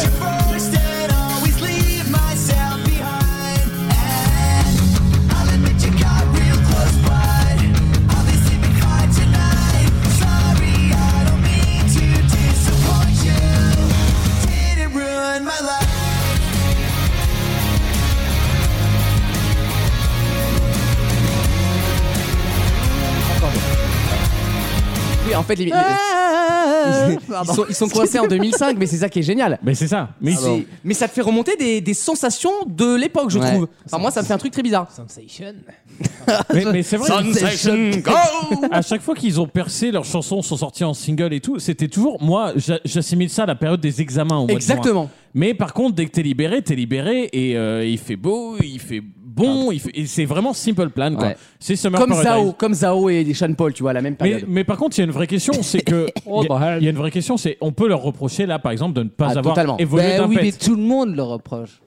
[SPEAKER 2] Oui, en fait, les- les- ils, sont, ils sont coincés en 2005, mais c'est ça qui est génial.
[SPEAKER 3] Mais c'est ça. Mais
[SPEAKER 2] C'est- mais ça te fait remonter des, des sensations de l'époque, je
[SPEAKER 4] Ouais.
[SPEAKER 2] trouve. Enfin, moi, ça me fait un truc très bizarre.
[SPEAKER 6] Sensation.
[SPEAKER 3] Mais, mais c'est vrai,
[SPEAKER 4] Sensation.
[SPEAKER 3] à chaque fois qu'ils ont percé leurs chansons, sont sorties en single et tout, c'était toujours. Moi, j'a- j'assimile ça à la période des examens au mois de juin.
[SPEAKER 2] Exactement.
[SPEAKER 3] Mais par contre, dès que t'es libéré, t'es libéré et euh, il fait beau, il fait bon, il fait- et c'est vraiment simple plan quoi.
[SPEAKER 4] Ouais.
[SPEAKER 3] C'est Summer
[SPEAKER 2] Comme
[SPEAKER 3] Paradise.
[SPEAKER 2] Zao, comme Zao et Sean Paul, tu vois, à la même
[SPEAKER 3] Mais,
[SPEAKER 2] période.
[SPEAKER 3] mais par contre, il y a une vraie question, c'est que il y, a- il y a une vraie question, c'est on peut leur reprocher là, par exemple, de ne pas
[SPEAKER 2] Ah,
[SPEAKER 3] avoir
[SPEAKER 2] totalement.
[SPEAKER 3] évolué
[SPEAKER 4] Ben
[SPEAKER 3] d'un
[SPEAKER 4] oui,
[SPEAKER 3] pet.
[SPEAKER 4] mais tout le monde le reproche.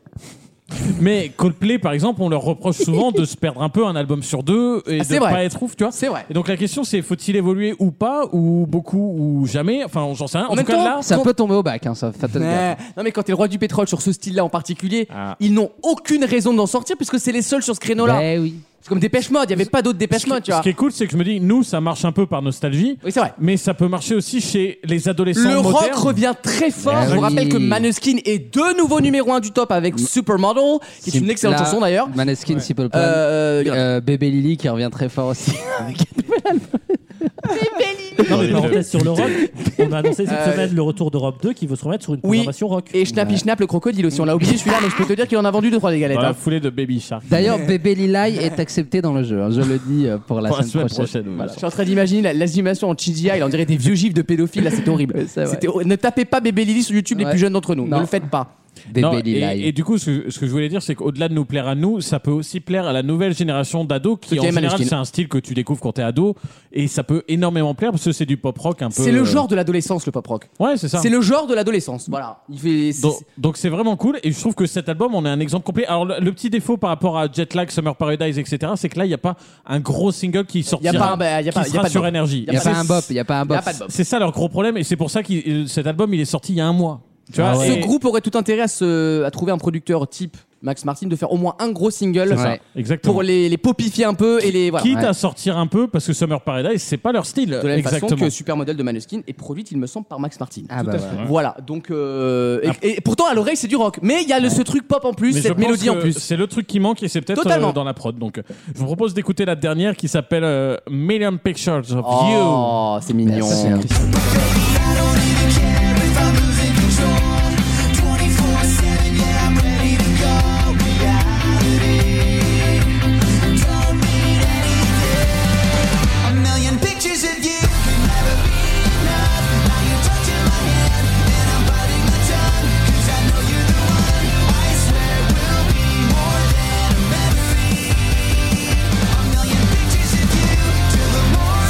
[SPEAKER 3] Mais Coldplay, par exemple, on leur reproche souvent de se perdre un peu un album sur deux et
[SPEAKER 2] Ah,
[SPEAKER 3] de
[SPEAKER 2] c'est vrai.
[SPEAKER 3] pas être ouf, tu vois.
[SPEAKER 2] C'est vrai.
[SPEAKER 3] Et donc la question c'est faut-il évoluer ou pas ou beaucoup ou jamais enfin j'en sais rien en,
[SPEAKER 2] En même
[SPEAKER 3] tout cas
[SPEAKER 2] temps,
[SPEAKER 3] là
[SPEAKER 4] Ça
[SPEAKER 2] Quand-
[SPEAKER 4] peut tomber au bac, hein, ça. Fatal Gap.
[SPEAKER 2] Ouais. Non mais quand t'es le roi du pétrole sur ce style-là en particulier,
[SPEAKER 3] Ah.
[SPEAKER 2] ils n'ont aucune raison d'en sortir puisque c'est les seuls sur ce créneau-là.
[SPEAKER 4] Ben oui.
[SPEAKER 2] C'est comme Dépêche Mode, il n'y avait pas d'autres Dépêche Mode, tu
[SPEAKER 3] ce
[SPEAKER 2] vois.
[SPEAKER 3] qui est cool c'est que je me dis nous ça marche un peu par nostalgie
[SPEAKER 2] Oui, c'est vrai.
[SPEAKER 3] mais ça peut marcher aussi chez les adolescents
[SPEAKER 2] Le rock
[SPEAKER 3] modernes.
[SPEAKER 2] revient très fort.
[SPEAKER 4] Ah
[SPEAKER 2] Je vous
[SPEAKER 4] oui.
[SPEAKER 2] rappelle que Maneskin est de nouveau numéro 1 du top avec Supermodel, qui est une excellente
[SPEAKER 4] La-
[SPEAKER 2] chanson d'ailleurs.
[SPEAKER 4] Maneskin, Simple Plan.
[SPEAKER 2] Euh,
[SPEAKER 4] Euh, Bébé Lily qui revient très fort aussi.
[SPEAKER 8] Non, mais parenthèse sur le rock, on a annoncé cette
[SPEAKER 2] Euh,
[SPEAKER 8] semaine le retour de Rob 2 qui veut se remettre sur une
[SPEAKER 2] Oui.
[SPEAKER 8] programmation rock.
[SPEAKER 2] et Schnappy Schnapp, le crocodile aussi. On l'a oublié celui-là, mais je peux te dire qu'il en a vendu deux trois des galettes.
[SPEAKER 3] dans la
[SPEAKER 2] hein.
[SPEAKER 3] foulée de Baby Shark
[SPEAKER 4] D'ailleurs, Bébé Lily est accepté dans le jeu. hein, je le dis euh, pour la
[SPEAKER 3] Pour la
[SPEAKER 4] semaine,
[SPEAKER 3] semaine
[SPEAKER 4] prochaine.
[SPEAKER 3] prochaine, oui,
[SPEAKER 2] Je suis en train d'imaginer la- l'animation en CGI, il en dirait des vieux gifs de pédophiles, là c'est horrible.
[SPEAKER 4] Ouais, c'est vrai.
[SPEAKER 2] C'était hor- Ne tapez pas Bébé Lily sur YouTube les
[SPEAKER 4] Ouais.
[SPEAKER 2] plus jeunes d'entre nous, ne
[SPEAKER 4] Non.
[SPEAKER 2] le faites pas.
[SPEAKER 4] Bébé
[SPEAKER 3] Non,
[SPEAKER 4] Lily.
[SPEAKER 3] et, et du coup, ce, que- ce que je voulais dire, c'est qu'au-delà de nous plaire à nous, ça peut aussi plaire à la nouvelle génération d'ados qui,
[SPEAKER 2] qui
[SPEAKER 3] en
[SPEAKER 2] aiment
[SPEAKER 3] général,
[SPEAKER 2] Maneskin.
[SPEAKER 3] c'est un style que tu découvres quand t'es ado et ça peut énormément plaire parce que c'est du pop rock un peu.
[SPEAKER 2] C'est le
[SPEAKER 3] euh,
[SPEAKER 2] genre de l'adolescence le pop rock.
[SPEAKER 3] Ouais, c'est ça.
[SPEAKER 2] C'est le genre de l'adolescence, voilà. Il fait. c'est-
[SPEAKER 3] Donc, donc c'est vraiment cool et je trouve que cet album on est un exemple complet. Alors le, le petit défaut par rapport à Jetlag, Summer Paradise, etc. C'est que là il n'y a pas un gros single qui
[SPEAKER 2] Il y a
[SPEAKER 3] sortira,
[SPEAKER 2] pas, un- bah, il y a
[SPEAKER 3] qui
[SPEAKER 2] pas, il y a
[SPEAKER 3] sera
[SPEAKER 2] pas de
[SPEAKER 3] sur
[SPEAKER 2] bop.
[SPEAKER 3] énergie.
[SPEAKER 4] Il n'y a pas un bop, il n'y a pas un
[SPEAKER 2] Il y
[SPEAKER 4] bop.
[SPEAKER 2] a pas de bop.
[SPEAKER 3] C'est ça leur gros problème et c'est pour ça que cet album il est sorti il y a un mois. Tu vois,
[SPEAKER 2] Ce
[SPEAKER 3] et-
[SPEAKER 2] groupe aurait tout intérêt à, se, à trouver un producteur type Max Martin de faire au moins un gros single
[SPEAKER 4] C'est ça.
[SPEAKER 3] exactement.
[SPEAKER 2] pour les, les popifier un peu et les voilà.
[SPEAKER 3] Quitte
[SPEAKER 4] ouais.
[SPEAKER 3] à sortir un peu parce que Summer Paradise c'est pas leur style.
[SPEAKER 2] De la même
[SPEAKER 3] exactement.
[SPEAKER 2] façon que Supermodel de Maneskin est produite, il me semble, par Max Martin.
[SPEAKER 4] Ah bah voilà.
[SPEAKER 2] Voilà, donc euh, et- et, pourtant à l'oreille c'est du rock, mais il y a le, ce truc pop en plus,
[SPEAKER 3] Mais je
[SPEAKER 2] cette
[SPEAKER 3] pense
[SPEAKER 2] mélodie en
[SPEAKER 3] que
[SPEAKER 2] plus.
[SPEAKER 3] C'est le truc qui manque et c'est peut-être
[SPEAKER 2] Totalement.
[SPEAKER 3] euh, dans la prod. Donc, euh, je vous propose d'écouter la dernière qui s'appelle euh, Million Pictures of You.
[SPEAKER 2] Oh, c'est mignon.
[SPEAKER 4] Merci.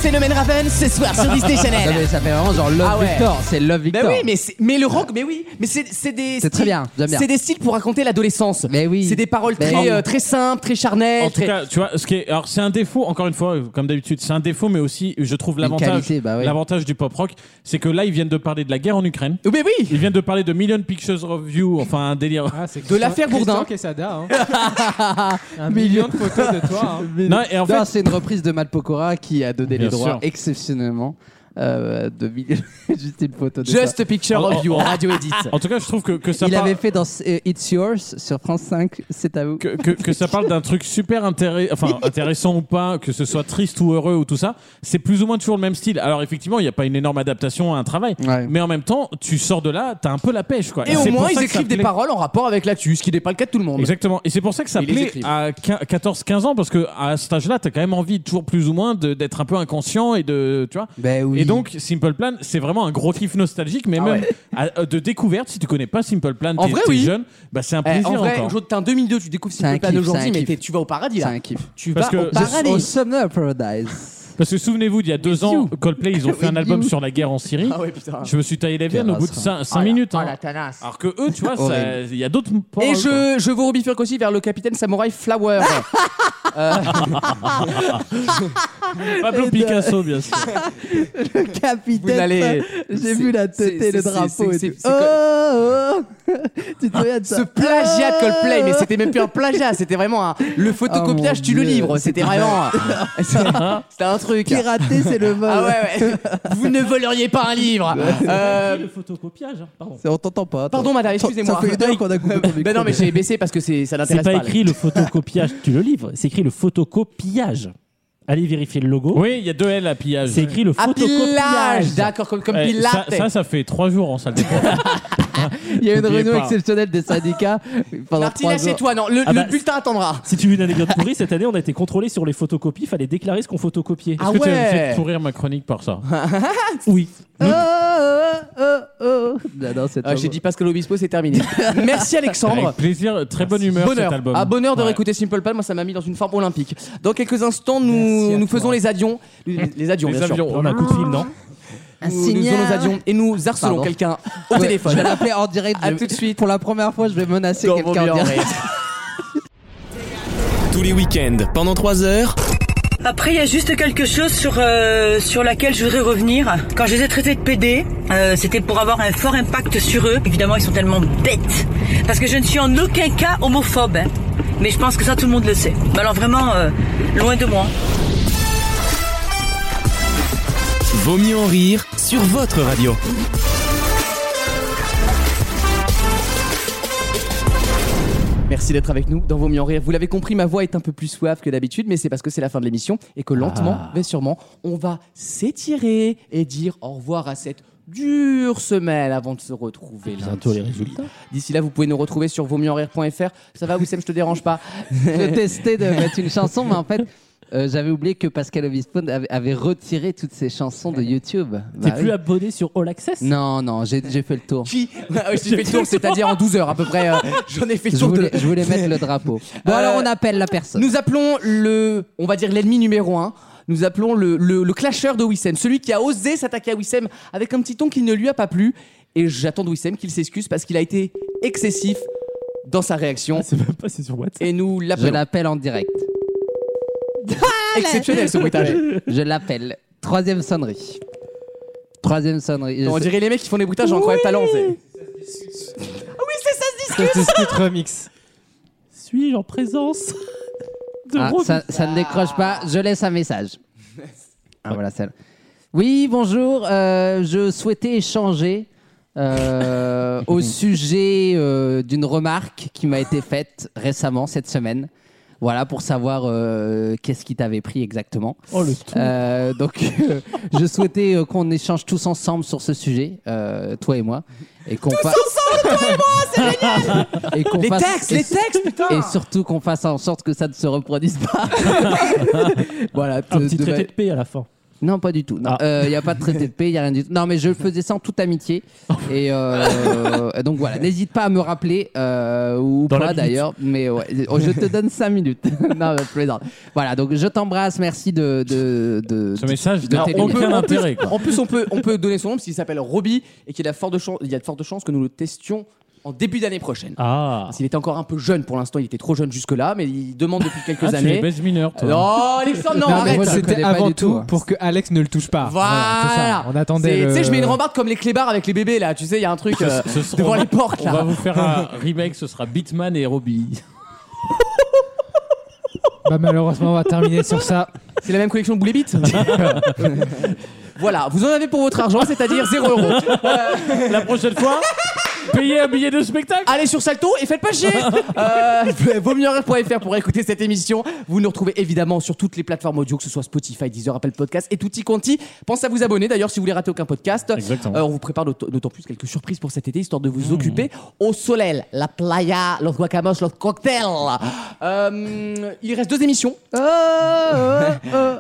[SPEAKER 2] Phénomène Raven, ce soir sur Disney
[SPEAKER 4] Non,
[SPEAKER 2] Channel.
[SPEAKER 4] mais ça fait vraiment genre Love
[SPEAKER 2] Ah ouais.
[SPEAKER 4] Victor. C'est Love
[SPEAKER 2] Bah
[SPEAKER 4] Victor.
[SPEAKER 2] oui, mais, c'est- mais le rock, mais oui, mais c'est c'est des.
[SPEAKER 4] C'est très
[SPEAKER 2] styles-
[SPEAKER 4] bien, j'aime bien.
[SPEAKER 2] C'est des styles pour raconter l'adolescence.
[SPEAKER 4] Mais oui.
[SPEAKER 2] C'est des paroles
[SPEAKER 4] Mais
[SPEAKER 2] très,
[SPEAKER 4] oui.
[SPEAKER 2] euh, très simples, très charnelles.
[SPEAKER 3] En tout
[SPEAKER 2] très-
[SPEAKER 3] cas, tu vois, ce qui est, alors c'est un défaut, encore une fois, euh, comme d'habitude, c'est un défaut, mais aussi, je trouve l'avantage,
[SPEAKER 4] qualité, bah oui.
[SPEAKER 3] l'avantage du pop rock, c'est que là, ils viennent de parler de la guerre en Ukraine.
[SPEAKER 2] Oh, Mais oui Ah,
[SPEAKER 3] Ils viennent de parler de Million Pictures of You, enfin un délire.
[SPEAKER 2] De l'affaire Bourdin.
[SPEAKER 6] Quesada, hein. Un million de photos de toi. hein.
[SPEAKER 3] Non, et en fait,
[SPEAKER 4] Non, c'est une reprise de Matt Pokora qui a donné
[SPEAKER 3] Bien
[SPEAKER 4] les droits
[SPEAKER 3] sûr.
[SPEAKER 4] exceptionnellement. euh, de vidéo- juste une photo de
[SPEAKER 2] Just
[SPEAKER 4] ça.
[SPEAKER 2] a picture of you en radio edit.
[SPEAKER 3] en tout cas, je trouve que, que ça
[SPEAKER 4] Il
[SPEAKER 3] part-
[SPEAKER 4] avait fait dans euh, It's Yours sur France 5, c'est à vous.
[SPEAKER 3] que, que- que ça parle d'un truc super intéré- enfin, intéressant ou pas, que ce soit triste ou heureux ou tout ça, c'est plus ou moins toujours le même style. Alors effectivement, il n'y a pas une énorme adaptation à un travail,
[SPEAKER 4] Ouais.
[SPEAKER 3] mais en même temps, tu sors de là, t'as un peu la pêche. Quoi.
[SPEAKER 2] Et
[SPEAKER 3] c'est
[SPEAKER 2] au
[SPEAKER 3] pour
[SPEAKER 2] moins,
[SPEAKER 3] ça
[SPEAKER 2] ils
[SPEAKER 3] que ça
[SPEAKER 2] écrivent des
[SPEAKER 3] plaît.
[SPEAKER 2] paroles en rapport avec l'actu, ce qui n'est pas le cas de tout le monde.
[SPEAKER 3] Exactement. Et c'est pour ça que ça
[SPEAKER 2] Ils les
[SPEAKER 3] plaît
[SPEAKER 2] écrivent.
[SPEAKER 3] à 14-15 ans, parce que à cet âge-là, t'as quand même envie, toujours plus ou moins, de- d'être un peu inconscient et de. Tu vois
[SPEAKER 4] Ben oui.
[SPEAKER 3] Et donc, Simple Plan, c'est vraiment un gros kiff nostalgique, mais même à- de découverte. Si tu connais pas Simple Plan,
[SPEAKER 2] Ah En
[SPEAKER 3] t'es
[SPEAKER 2] vrai,
[SPEAKER 3] t'es
[SPEAKER 2] oui.
[SPEAKER 3] jeune, bah, c'est un
[SPEAKER 2] Eh,
[SPEAKER 3] plaisir
[SPEAKER 2] en vrai,
[SPEAKER 3] encore.
[SPEAKER 2] aujourd'hui, t'es en 2002, tu découvres
[SPEAKER 4] C'est un
[SPEAKER 2] Simple Plan
[SPEAKER 4] kiff, c'est
[SPEAKER 2] aujourd'hui,
[SPEAKER 4] un
[SPEAKER 2] mais
[SPEAKER 4] kiff.
[SPEAKER 2] t'es- tu vas au paradis
[SPEAKER 4] c'est
[SPEAKER 2] là.
[SPEAKER 4] un kiff.
[SPEAKER 2] Tu
[SPEAKER 3] Parce
[SPEAKER 2] vas
[SPEAKER 3] que
[SPEAKER 2] au
[SPEAKER 3] je-
[SPEAKER 4] Au
[SPEAKER 2] paradis.
[SPEAKER 4] Summer Paradise.
[SPEAKER 3] Parce que souvenez-vous, il y a deux ans, Coldplay, ils ont fait un album sur la guerre en Syrie.
[SPEAKER 2] Ah Oh ouais, putain.
[SPEAKER 3] Je me suis taillé les veines au bout de 5 minutes. hein. Alors que eux, tu vois, ça-
[SPEAKER 4] Horrible.
[SPEAKER 3] il y a d'autres.
[SPEAKER 2] Et
[SPEAKER 3] paroles, quoi.
[SPEAKER 2] je, je vous rebifurque aussi vers le capitaine Samouraï Flower.
[SPEAKER 4] Ah,
[SPEAKER 3] Pablo Picasso, bien sûr.
[SPEAKER 2] Vous n'allez-
[SPEAKER 4] Capitaine, j'ai vu la
[SPEAKER 2] c'est-
[SPEAKER 4] tête et le
[SPEAKER 2] c'est-
[SPEAKER 4] drapeau.
[SPEAKER 2] c'est-
[SPEAKER 4] et
[SPEAKER 2] c'est-
[SPEAKER 4] tout.
[SPEAKER 2] c'est-
[SPEAKER 4] Oh, oh, oh. tu te souviens de ça
[SPEAKER 2] Ce plagiat de Coldplay, mais c'était même plus un plagiat, c'était vraiment un- le photocopiage,
[SPEAKER 4] Oh mon
[SPEAKER 2] tu le
[SPEAKER 4] Dieu.
[SPEAKER 2] livres. C'était vraiment. c'était un truc.
[SPEAKER 4] Ah Pirater, c'est le vol.
[SPEAKER 2] Ah ouais, ouais. Vous ne voleriez pas un livre. Euh,
[SPEAKER 8] Le photocopiage, hein. pardon.
[SPEAKER 4] C'est- On t'entend pas. toi.
[SPEAKER 2] Pardon, madame,
[SPEAKER 4] Ça-
[SPEAKER 2] excusez-moi.
[SPEAKER 4] Ça fait une heure qu'on a coupé ton micro.
[SPEAKER 2] Ben non, mais j'ai baissé parce que c'est- ça
[SPEAKER 8] C'est
[SPEAKER 2] n'intéresse
[SPEAKER 8] pas
[SPEAKER 2] pas.
[SPEAKER 8] écrit le photocopiage, tu le livres, c'est écrit le photocopiage. Allez vérifier le logo.
[SPEAKER 3] Oui, il y a deux L à pillage.
[SPEAKER 8] C'est écrit le
[SPEAKER 2] Ah, pillage,
[SPEAKER 8] photocopiage.
[SPEAKER 2] d'accord, comme, comme
[SPEAKER 3] Ouais, ça,
[SPEAKER 2] pilate.
[SPEAKER 3] ça, ça fait trois jours en salle de sport.
[SPEAKER 4] Il y a une
[SPEAKER 3] N'oubliez
[SPEAKER 4] réunion
[SPEAKER 3] pas.
[SPEAKER 4] exceptionnelle des syndicats pendant trois
[SPEAKER 2] Martina,
[SPEAKER 4] jours.
[SPEAKER 2] c'est toi, non, le,
[SPEAKER 8] Ah
[SPEAKER 2] le
[SPEAKER 8] bah,
[SPEAKER 2] bulletin attendra.
[SPEAKER 8] Si tu veux une anecdote pourrie, cette année on a été contrôlé sur les photocopies, fallait déclarer ce qu'on photocopiait.
[SPEAKER 2] Ah
[SPEAKER 3] Est-ce que tu es obligé
[SPEAKER 2] ouais.
[SPEAKER 3] de pourrir ma chronique par ça
[SPEAKER 8] Oui.
[SPEAKER 4] Oh, oh, oh, oh. Non, non, c'est
[SPEAKER 2] Euh, J'ai dit Pascal Obispo, c'est terminé. Merci Alexandre.
[SPEAKER 3] Avec plaisir, très bonne humeur
[SPEAKER 2] bonheur.
[SPEAKER 3] cet album.
[SPEAKER 2] Ah, bonheur de
[SPEAKER 3] Ouais.
[SPEAKER 2] réécouter Simple Plan, moi ça m'a mis dans une forme olympique. Dans quelques instants, nous,
[SPEAKER 6] à
[SPEAKER 2] nous
[SPEAKER 6] toi.
[SPEAKER 2] faisons les adions. Les, les adions,
[SPEAKER 3] Les
[SPEAKER 2] bien sûr. Ah,
[SPEAKER 3] avions.
[SPEAKER 8] On a un coup de fil, non
[SPEAKER 2] Nous, nous faisons nos adions et nous harcelons
[SPEAKER 4] Pardon.
[SPEAKER 2] quelqu'un au
[SPEAKER 4] Ouais,
[SPEAKER 2] téléphone.
[SPEAKER 4] Je vais l'appeler en direct.
[SPEAKER 2] À
[SPEAKER 4] je-
[SPEAKER 2] tout de suite.
[SPEAKER 4] Pour la première fois, je vais menacer
[SPEAKER 2] Dans
[SPEAKER 4] quelqu'un en
[SPEAKER 2] Vos Biens
[SPEAKER 4] direct.
[SPEAKER 1] Tous les week-ends, pendant 3 heures.
[SPEAKER 11] Après, il y a juste quelque chose sur euh, sur laquelle je voudrais revenir. Quand je les ai traités de PD, euh, c'était pour avoir un fort impact sur eux. Évidemment, ils sont tellement bêtes. Parce que je ne suis en aucun cas homophobe. hein. Mais je pense que ça, tout le monde le sait. Mais alors vraiment, euh, loin de moi.
[SPEAKER 1] Vaut mieux en rire sur votre radio.
[SPEAKER 2] Merci d'être avec nous dans Vos Mieux en Rire. Vous l'avez compris, ma voix est un peu plus suave que d'habitude, mais c'est parce que c'est la fin de l'émission et que lentement, mais sûrement, on va s'étirer et dire au revoir à cette dure semaine avant de se retrouver
[SPEAKER 8] Bientôt les
[SPEAKER 2] lundi.
[SPEAKER 8] résultats.
[SPEAKER 2] D'ici là, vous pouvez nous retrouver sur vosmieuxenrire.fr. Ça va, Wissem, je te dérange pas
[SPEAKER 4] Je testais de mettre une chanson, mais en fait, euh, j'avais oublié que Pascal Obispo avait, avait retiré toutes ses chansons de YouTube.
[SPEAKER 8] T'es
[SPEAKER 4] Bah
[SPEAKER 8] plus
[SPEAKER 4] oui.
[SPEAKER 8] abonné sur All Access
[SPEAKER 4] Non, non, j'ai j'ai fait le tour.
[SPEAKER 2] Qui Ah oui, J'ai fait le tour, c'est-à-dire en 12 heures à peu près. euh, J'en ai fait le
[SPEAKER 4] Je
[SPEAKER 2] tour de-
[SPEAKER 4] voulais, je voulais mettre le drapeau. Bon,
[SPEAKER 2] Euh,
[SPEAKER 4] alors on appelle la personne.
[SPEAKER 2] Nous appelons le, on va dire l'ennemi numéro un. Nous appelons le, le, le clasheur de Wissem, celui qui a osé s'attaquer à Wissem avec un petit ton qui ne lui a pas plu. Et j'attends de Wissem qu'il s'excuse parce qu'il a été excessif dans sa réaction.
[SPEAKER 8] Ah, C'est même pas, c'est sur WhatsApp.
[SPEAKER 2] Et nous
[SPEAKER 4] Je
[SPEAKER 2] l'appelons.
[SPEAKER 4] l'appelle en direct.
[SPEAKER 2] Exceptionnel ce bruitage.
[SPEAKER 4] Je l'appelle. Troisième sonnerie. Troisième sonnerie.
[SPEAKER 2] On dirait les mecs qui font des bruitages en incroyable talent. c'est-
[SPEAKER 6] Ça se discute remix.
[SPEAKER 8] Suis-je en présence de
[SPEAKER 4] Ah,
[SPEAKER 8] Romy
[SPEAKER 4] ça, ça ne décroche pas. Je laisse un message. Ah, voilà, celle. Oui, bonjour. euh, je souhaitais échanger euh, au sujet euh, d'une remarque qui m'a été faite récemment cette semaine. Voilà, pour savoir euh, qu'est-ce qui t'avait pris exactement.
[SPEAKER 8] Oh le tout.
[SPEAKER 4] Euh, donc, euh, je souhaitais euh, qu'on échange tous ensemble sur ce sujet, euh, toi et moi, et qu'on fasse et qu'on
[SPEAKER 2] Les
[SPEAKER 4] fasse-
[SPEAKER 2] textes,
[SPEAKER 4] et-
[SPEAKER 2] les textes, putain.
[SPEAKER 4] et surtout qu'on fasse en sorte que ça ne se reproduise pas. voilà.
[SPEAKER 8] Un
[SPEAKER 4] de-
[SPEAKER 8] petit
[SPEAKER 4] de-
[SPEAKER 8] traité de paix à la fin.
[SPEAKER 4] Non, pas du tout. Il n'y
[SPEAKER 8] Ah.
[SPEAKER 4] a pas de traité de paix, il n'y a rien du tout. Non, mais je faisais ça en toute amitié. Et euh, donc voilà, n'hésite pas à me rappeler, euh, ou
[SPEAKER 8] Dans la
[SPEAKER 4] pas
[SPEAKER 8] minute.
[SPEAKER 4] d'ailleurs, mais ouais, oh, je te donne 5 minutes. non, mais plaisante. Voilà, donc je t'embrasse, merci de. de, de-
[SPEAKER 3] Ce message
[SPEAKER 4] de
[SPEAKER 3] n'a
[SPEAKER 4] tes
[SPEAKER 3] aucun
[SPEAKER 2] lunettes.
[SPEAKER 3] intérêt. quoi.
[SPEAKER 2] En plus, on peut, on peut donner son nom parce qu'il s'appelle Roby et qu'il a fort de chan- il y a de fortes chances que nous le testions en début d'année prochaine.
[SPEAKER 8] Ah.
[SPEAKER 2] Parce qu'il était encore un peu jeune pour l'instant, il était trop jeune jusque-là, mais il demande depuis quelques
[SPEAKER 3] Ah, tu
[SPEAKER 2] années.
[SPEAKER 3] es baise mineur, toi.
[SPEAKER 2] Non, Alexandre, non,
[SPEAKER 6] Non, mais
[SPEAKER 2] arrête.
[SPEAKER 6] moi,
[SPEAKER 4] je
[SPEAKER 6] c'était
[SPEAKER 4] connais pas
[SPEAKER 6] avant
[SPEAKER 4] du tout,
[SPEAKER 6] tout
[SPEAKER 4] hein.
[SPEAKER 6] pour que Alex ne le touche pas. c'est
[SPEAKER 2] Voilà.
[SPEAKER 6] ça. On attendait.
[SPEAKER 2] C'est-
[SPEAKER 6] le-
[SPEAKER 2] Tu sais, je mets une rambarde comme les clébards avec les bébés là. Tu sais, il y a un truc euh,
[SPEAKER 3] Ce sera-
[SPEAKER 2] devant les portes
[SPEAKER 3] On va
[SPEAKER 2] là.
[SPEAKER 3] vous faire un remake, ce sera Bitman et Robbie.
[SPEAKER 6] Bah, malheureusement, on va terminer sur ça.
[SPEAKER 2] C'est la même collection de boules et bites. voilà, vous en avez pour votre argent, c'est-à-dire 0 euros.
[SPEAKER 3] La prochaine fois, payez un billet de spectacle.
[SPEAKER 2] Allez sur Salto et faites pas chier. Euh, vaut mieux en rire.fr pour écouter cette émission. Vous nous retrouvez évidemment sur toutes les plateformes audio, que ce soit Spotify, Deezer, Apple Podcast et Tutti Conti. Pensez à vous abonner d'ailleurs si vous voulez rater aucun podcast.
[SPEAKER 3] Exactement.
[SPEAKER 2] Euh, on vous prépare d'aut- d'autant plus quelques surprises pour cet été, histoire de
[SPEAKER 4] Hmm.
[SPEAKER 2] vous occuper au soleil, la playa, los guacamos, los cocktails. Euh, il reste deux émissions.
[SPEAKER 6] Oh,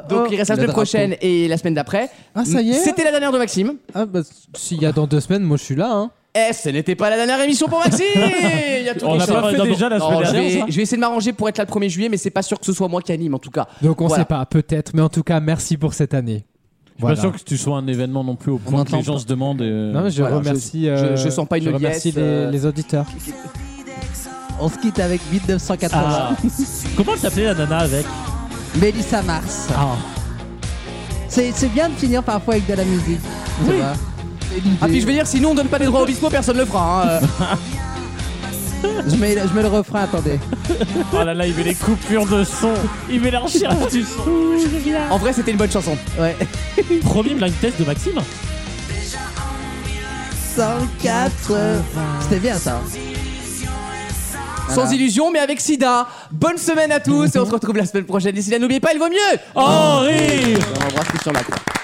[SPEAKER 2] Donc il reste la
[SPEAKER 4] Le
[SPEAKER 2] semaine
[SPEAKER 4] drapeau.
[SPEAKER 2] prochaine et la semaine d'après.
[SPEAKER 6] Ah, ça y est
[SPEAKER 2] C'était la dernière de Maxime.
[SPEAKER 6] Ah, bah, s'il y a dans deux semaines, moi je suis là. Hein.
[SPEAKER 2] Eh, ce n'était pas la dernière émission pour Maxime Il y a tout
[SPEAKER 3] On
[SPEAKER 2] qui
[SPEAKER 3] n'a
[SPEAKER 2] s'est
[SPEAKER 3] pas fait
[SPEAKER 8] d'abord-
[SPEAKER 3] déjà la
[SPEAKER 2] Non,
[SPEAKER 3] semaine
[SPEAKER 2] je, vais,
[SPEAKER 3] dernière.
[SPEAKER 2] je vais essayer de m'arranger pour être là le 1er juillet, mais c'est pas sûr que ce soit moi qui anime en tout cas.
[SPEAKER 6] Donc on
[SPEAKER 2] Voilà.
[SPEAKER 6] sait pas, peut-être. Mais en tout cas, merci pour cette année.
[SPEAKER 3] Je suis
[SPEAKER 6] Voilà.
[SPEAKER 3] pas sûr que tu sois un événement non plus au point que
[SPEAKER 4] entend
[SPEAKER 3] les gens se demandent. euh,
[SPEAKER 6] Non, mais je
[SPEAKER 2] Voilà,
[SPEAKER 6] remercie.
[SPEAKER 2] je-
[SPEAKER 6] euh,
[SPEAKER 2] je- je sens pas une
[SPEAKER 6] Je remercie
[SPEAKER 2] liesse, euh,
[SPEAKER 6] les, les auditeurs.
[SPEAKER 4] On se quitte avec 1980.
[SPEAKER 8] Ah. Comment elle s'appelait la nana avec
[SPEAKER 4] Mélissa Mars.
[SPEAKER 8] Ah.
[SPEAKER 4] C'est c'est bien de finir parfois avec de la musique. tu
[SPEAKER 2] Oui.
[SPEAKER 4] vois. C'est l'idée.
[SPEAKER 2] Ah, puis je vais dire, si nous on donne pas des droits au bispo, personne le fera. hein. Euh,
[SPEAKER 4] je, mets, je mets le refrain, attendez.
[SPEAKER 3] Oh là là, il met les coupures de son. Il met la recherche du son.
[SPEAKER 2] en vrai, c'était une bonne chanson.
[SPEAKER 4] Ouais.
[SPEAKER 8] Premier blind test de Maxime
[SPEAKER 4] 180. C'était bien ça.
[SPEAKER 2] Sans illusion, mais avec Sida. Bonne semaine à tous et on se retrouve la semaine prochaine. D'ici là, n'oubliez pas, il vaut mieux
[SPEAKER 8] Oh, rire
[SPEAKER 2] On embrasse tous sur la tête.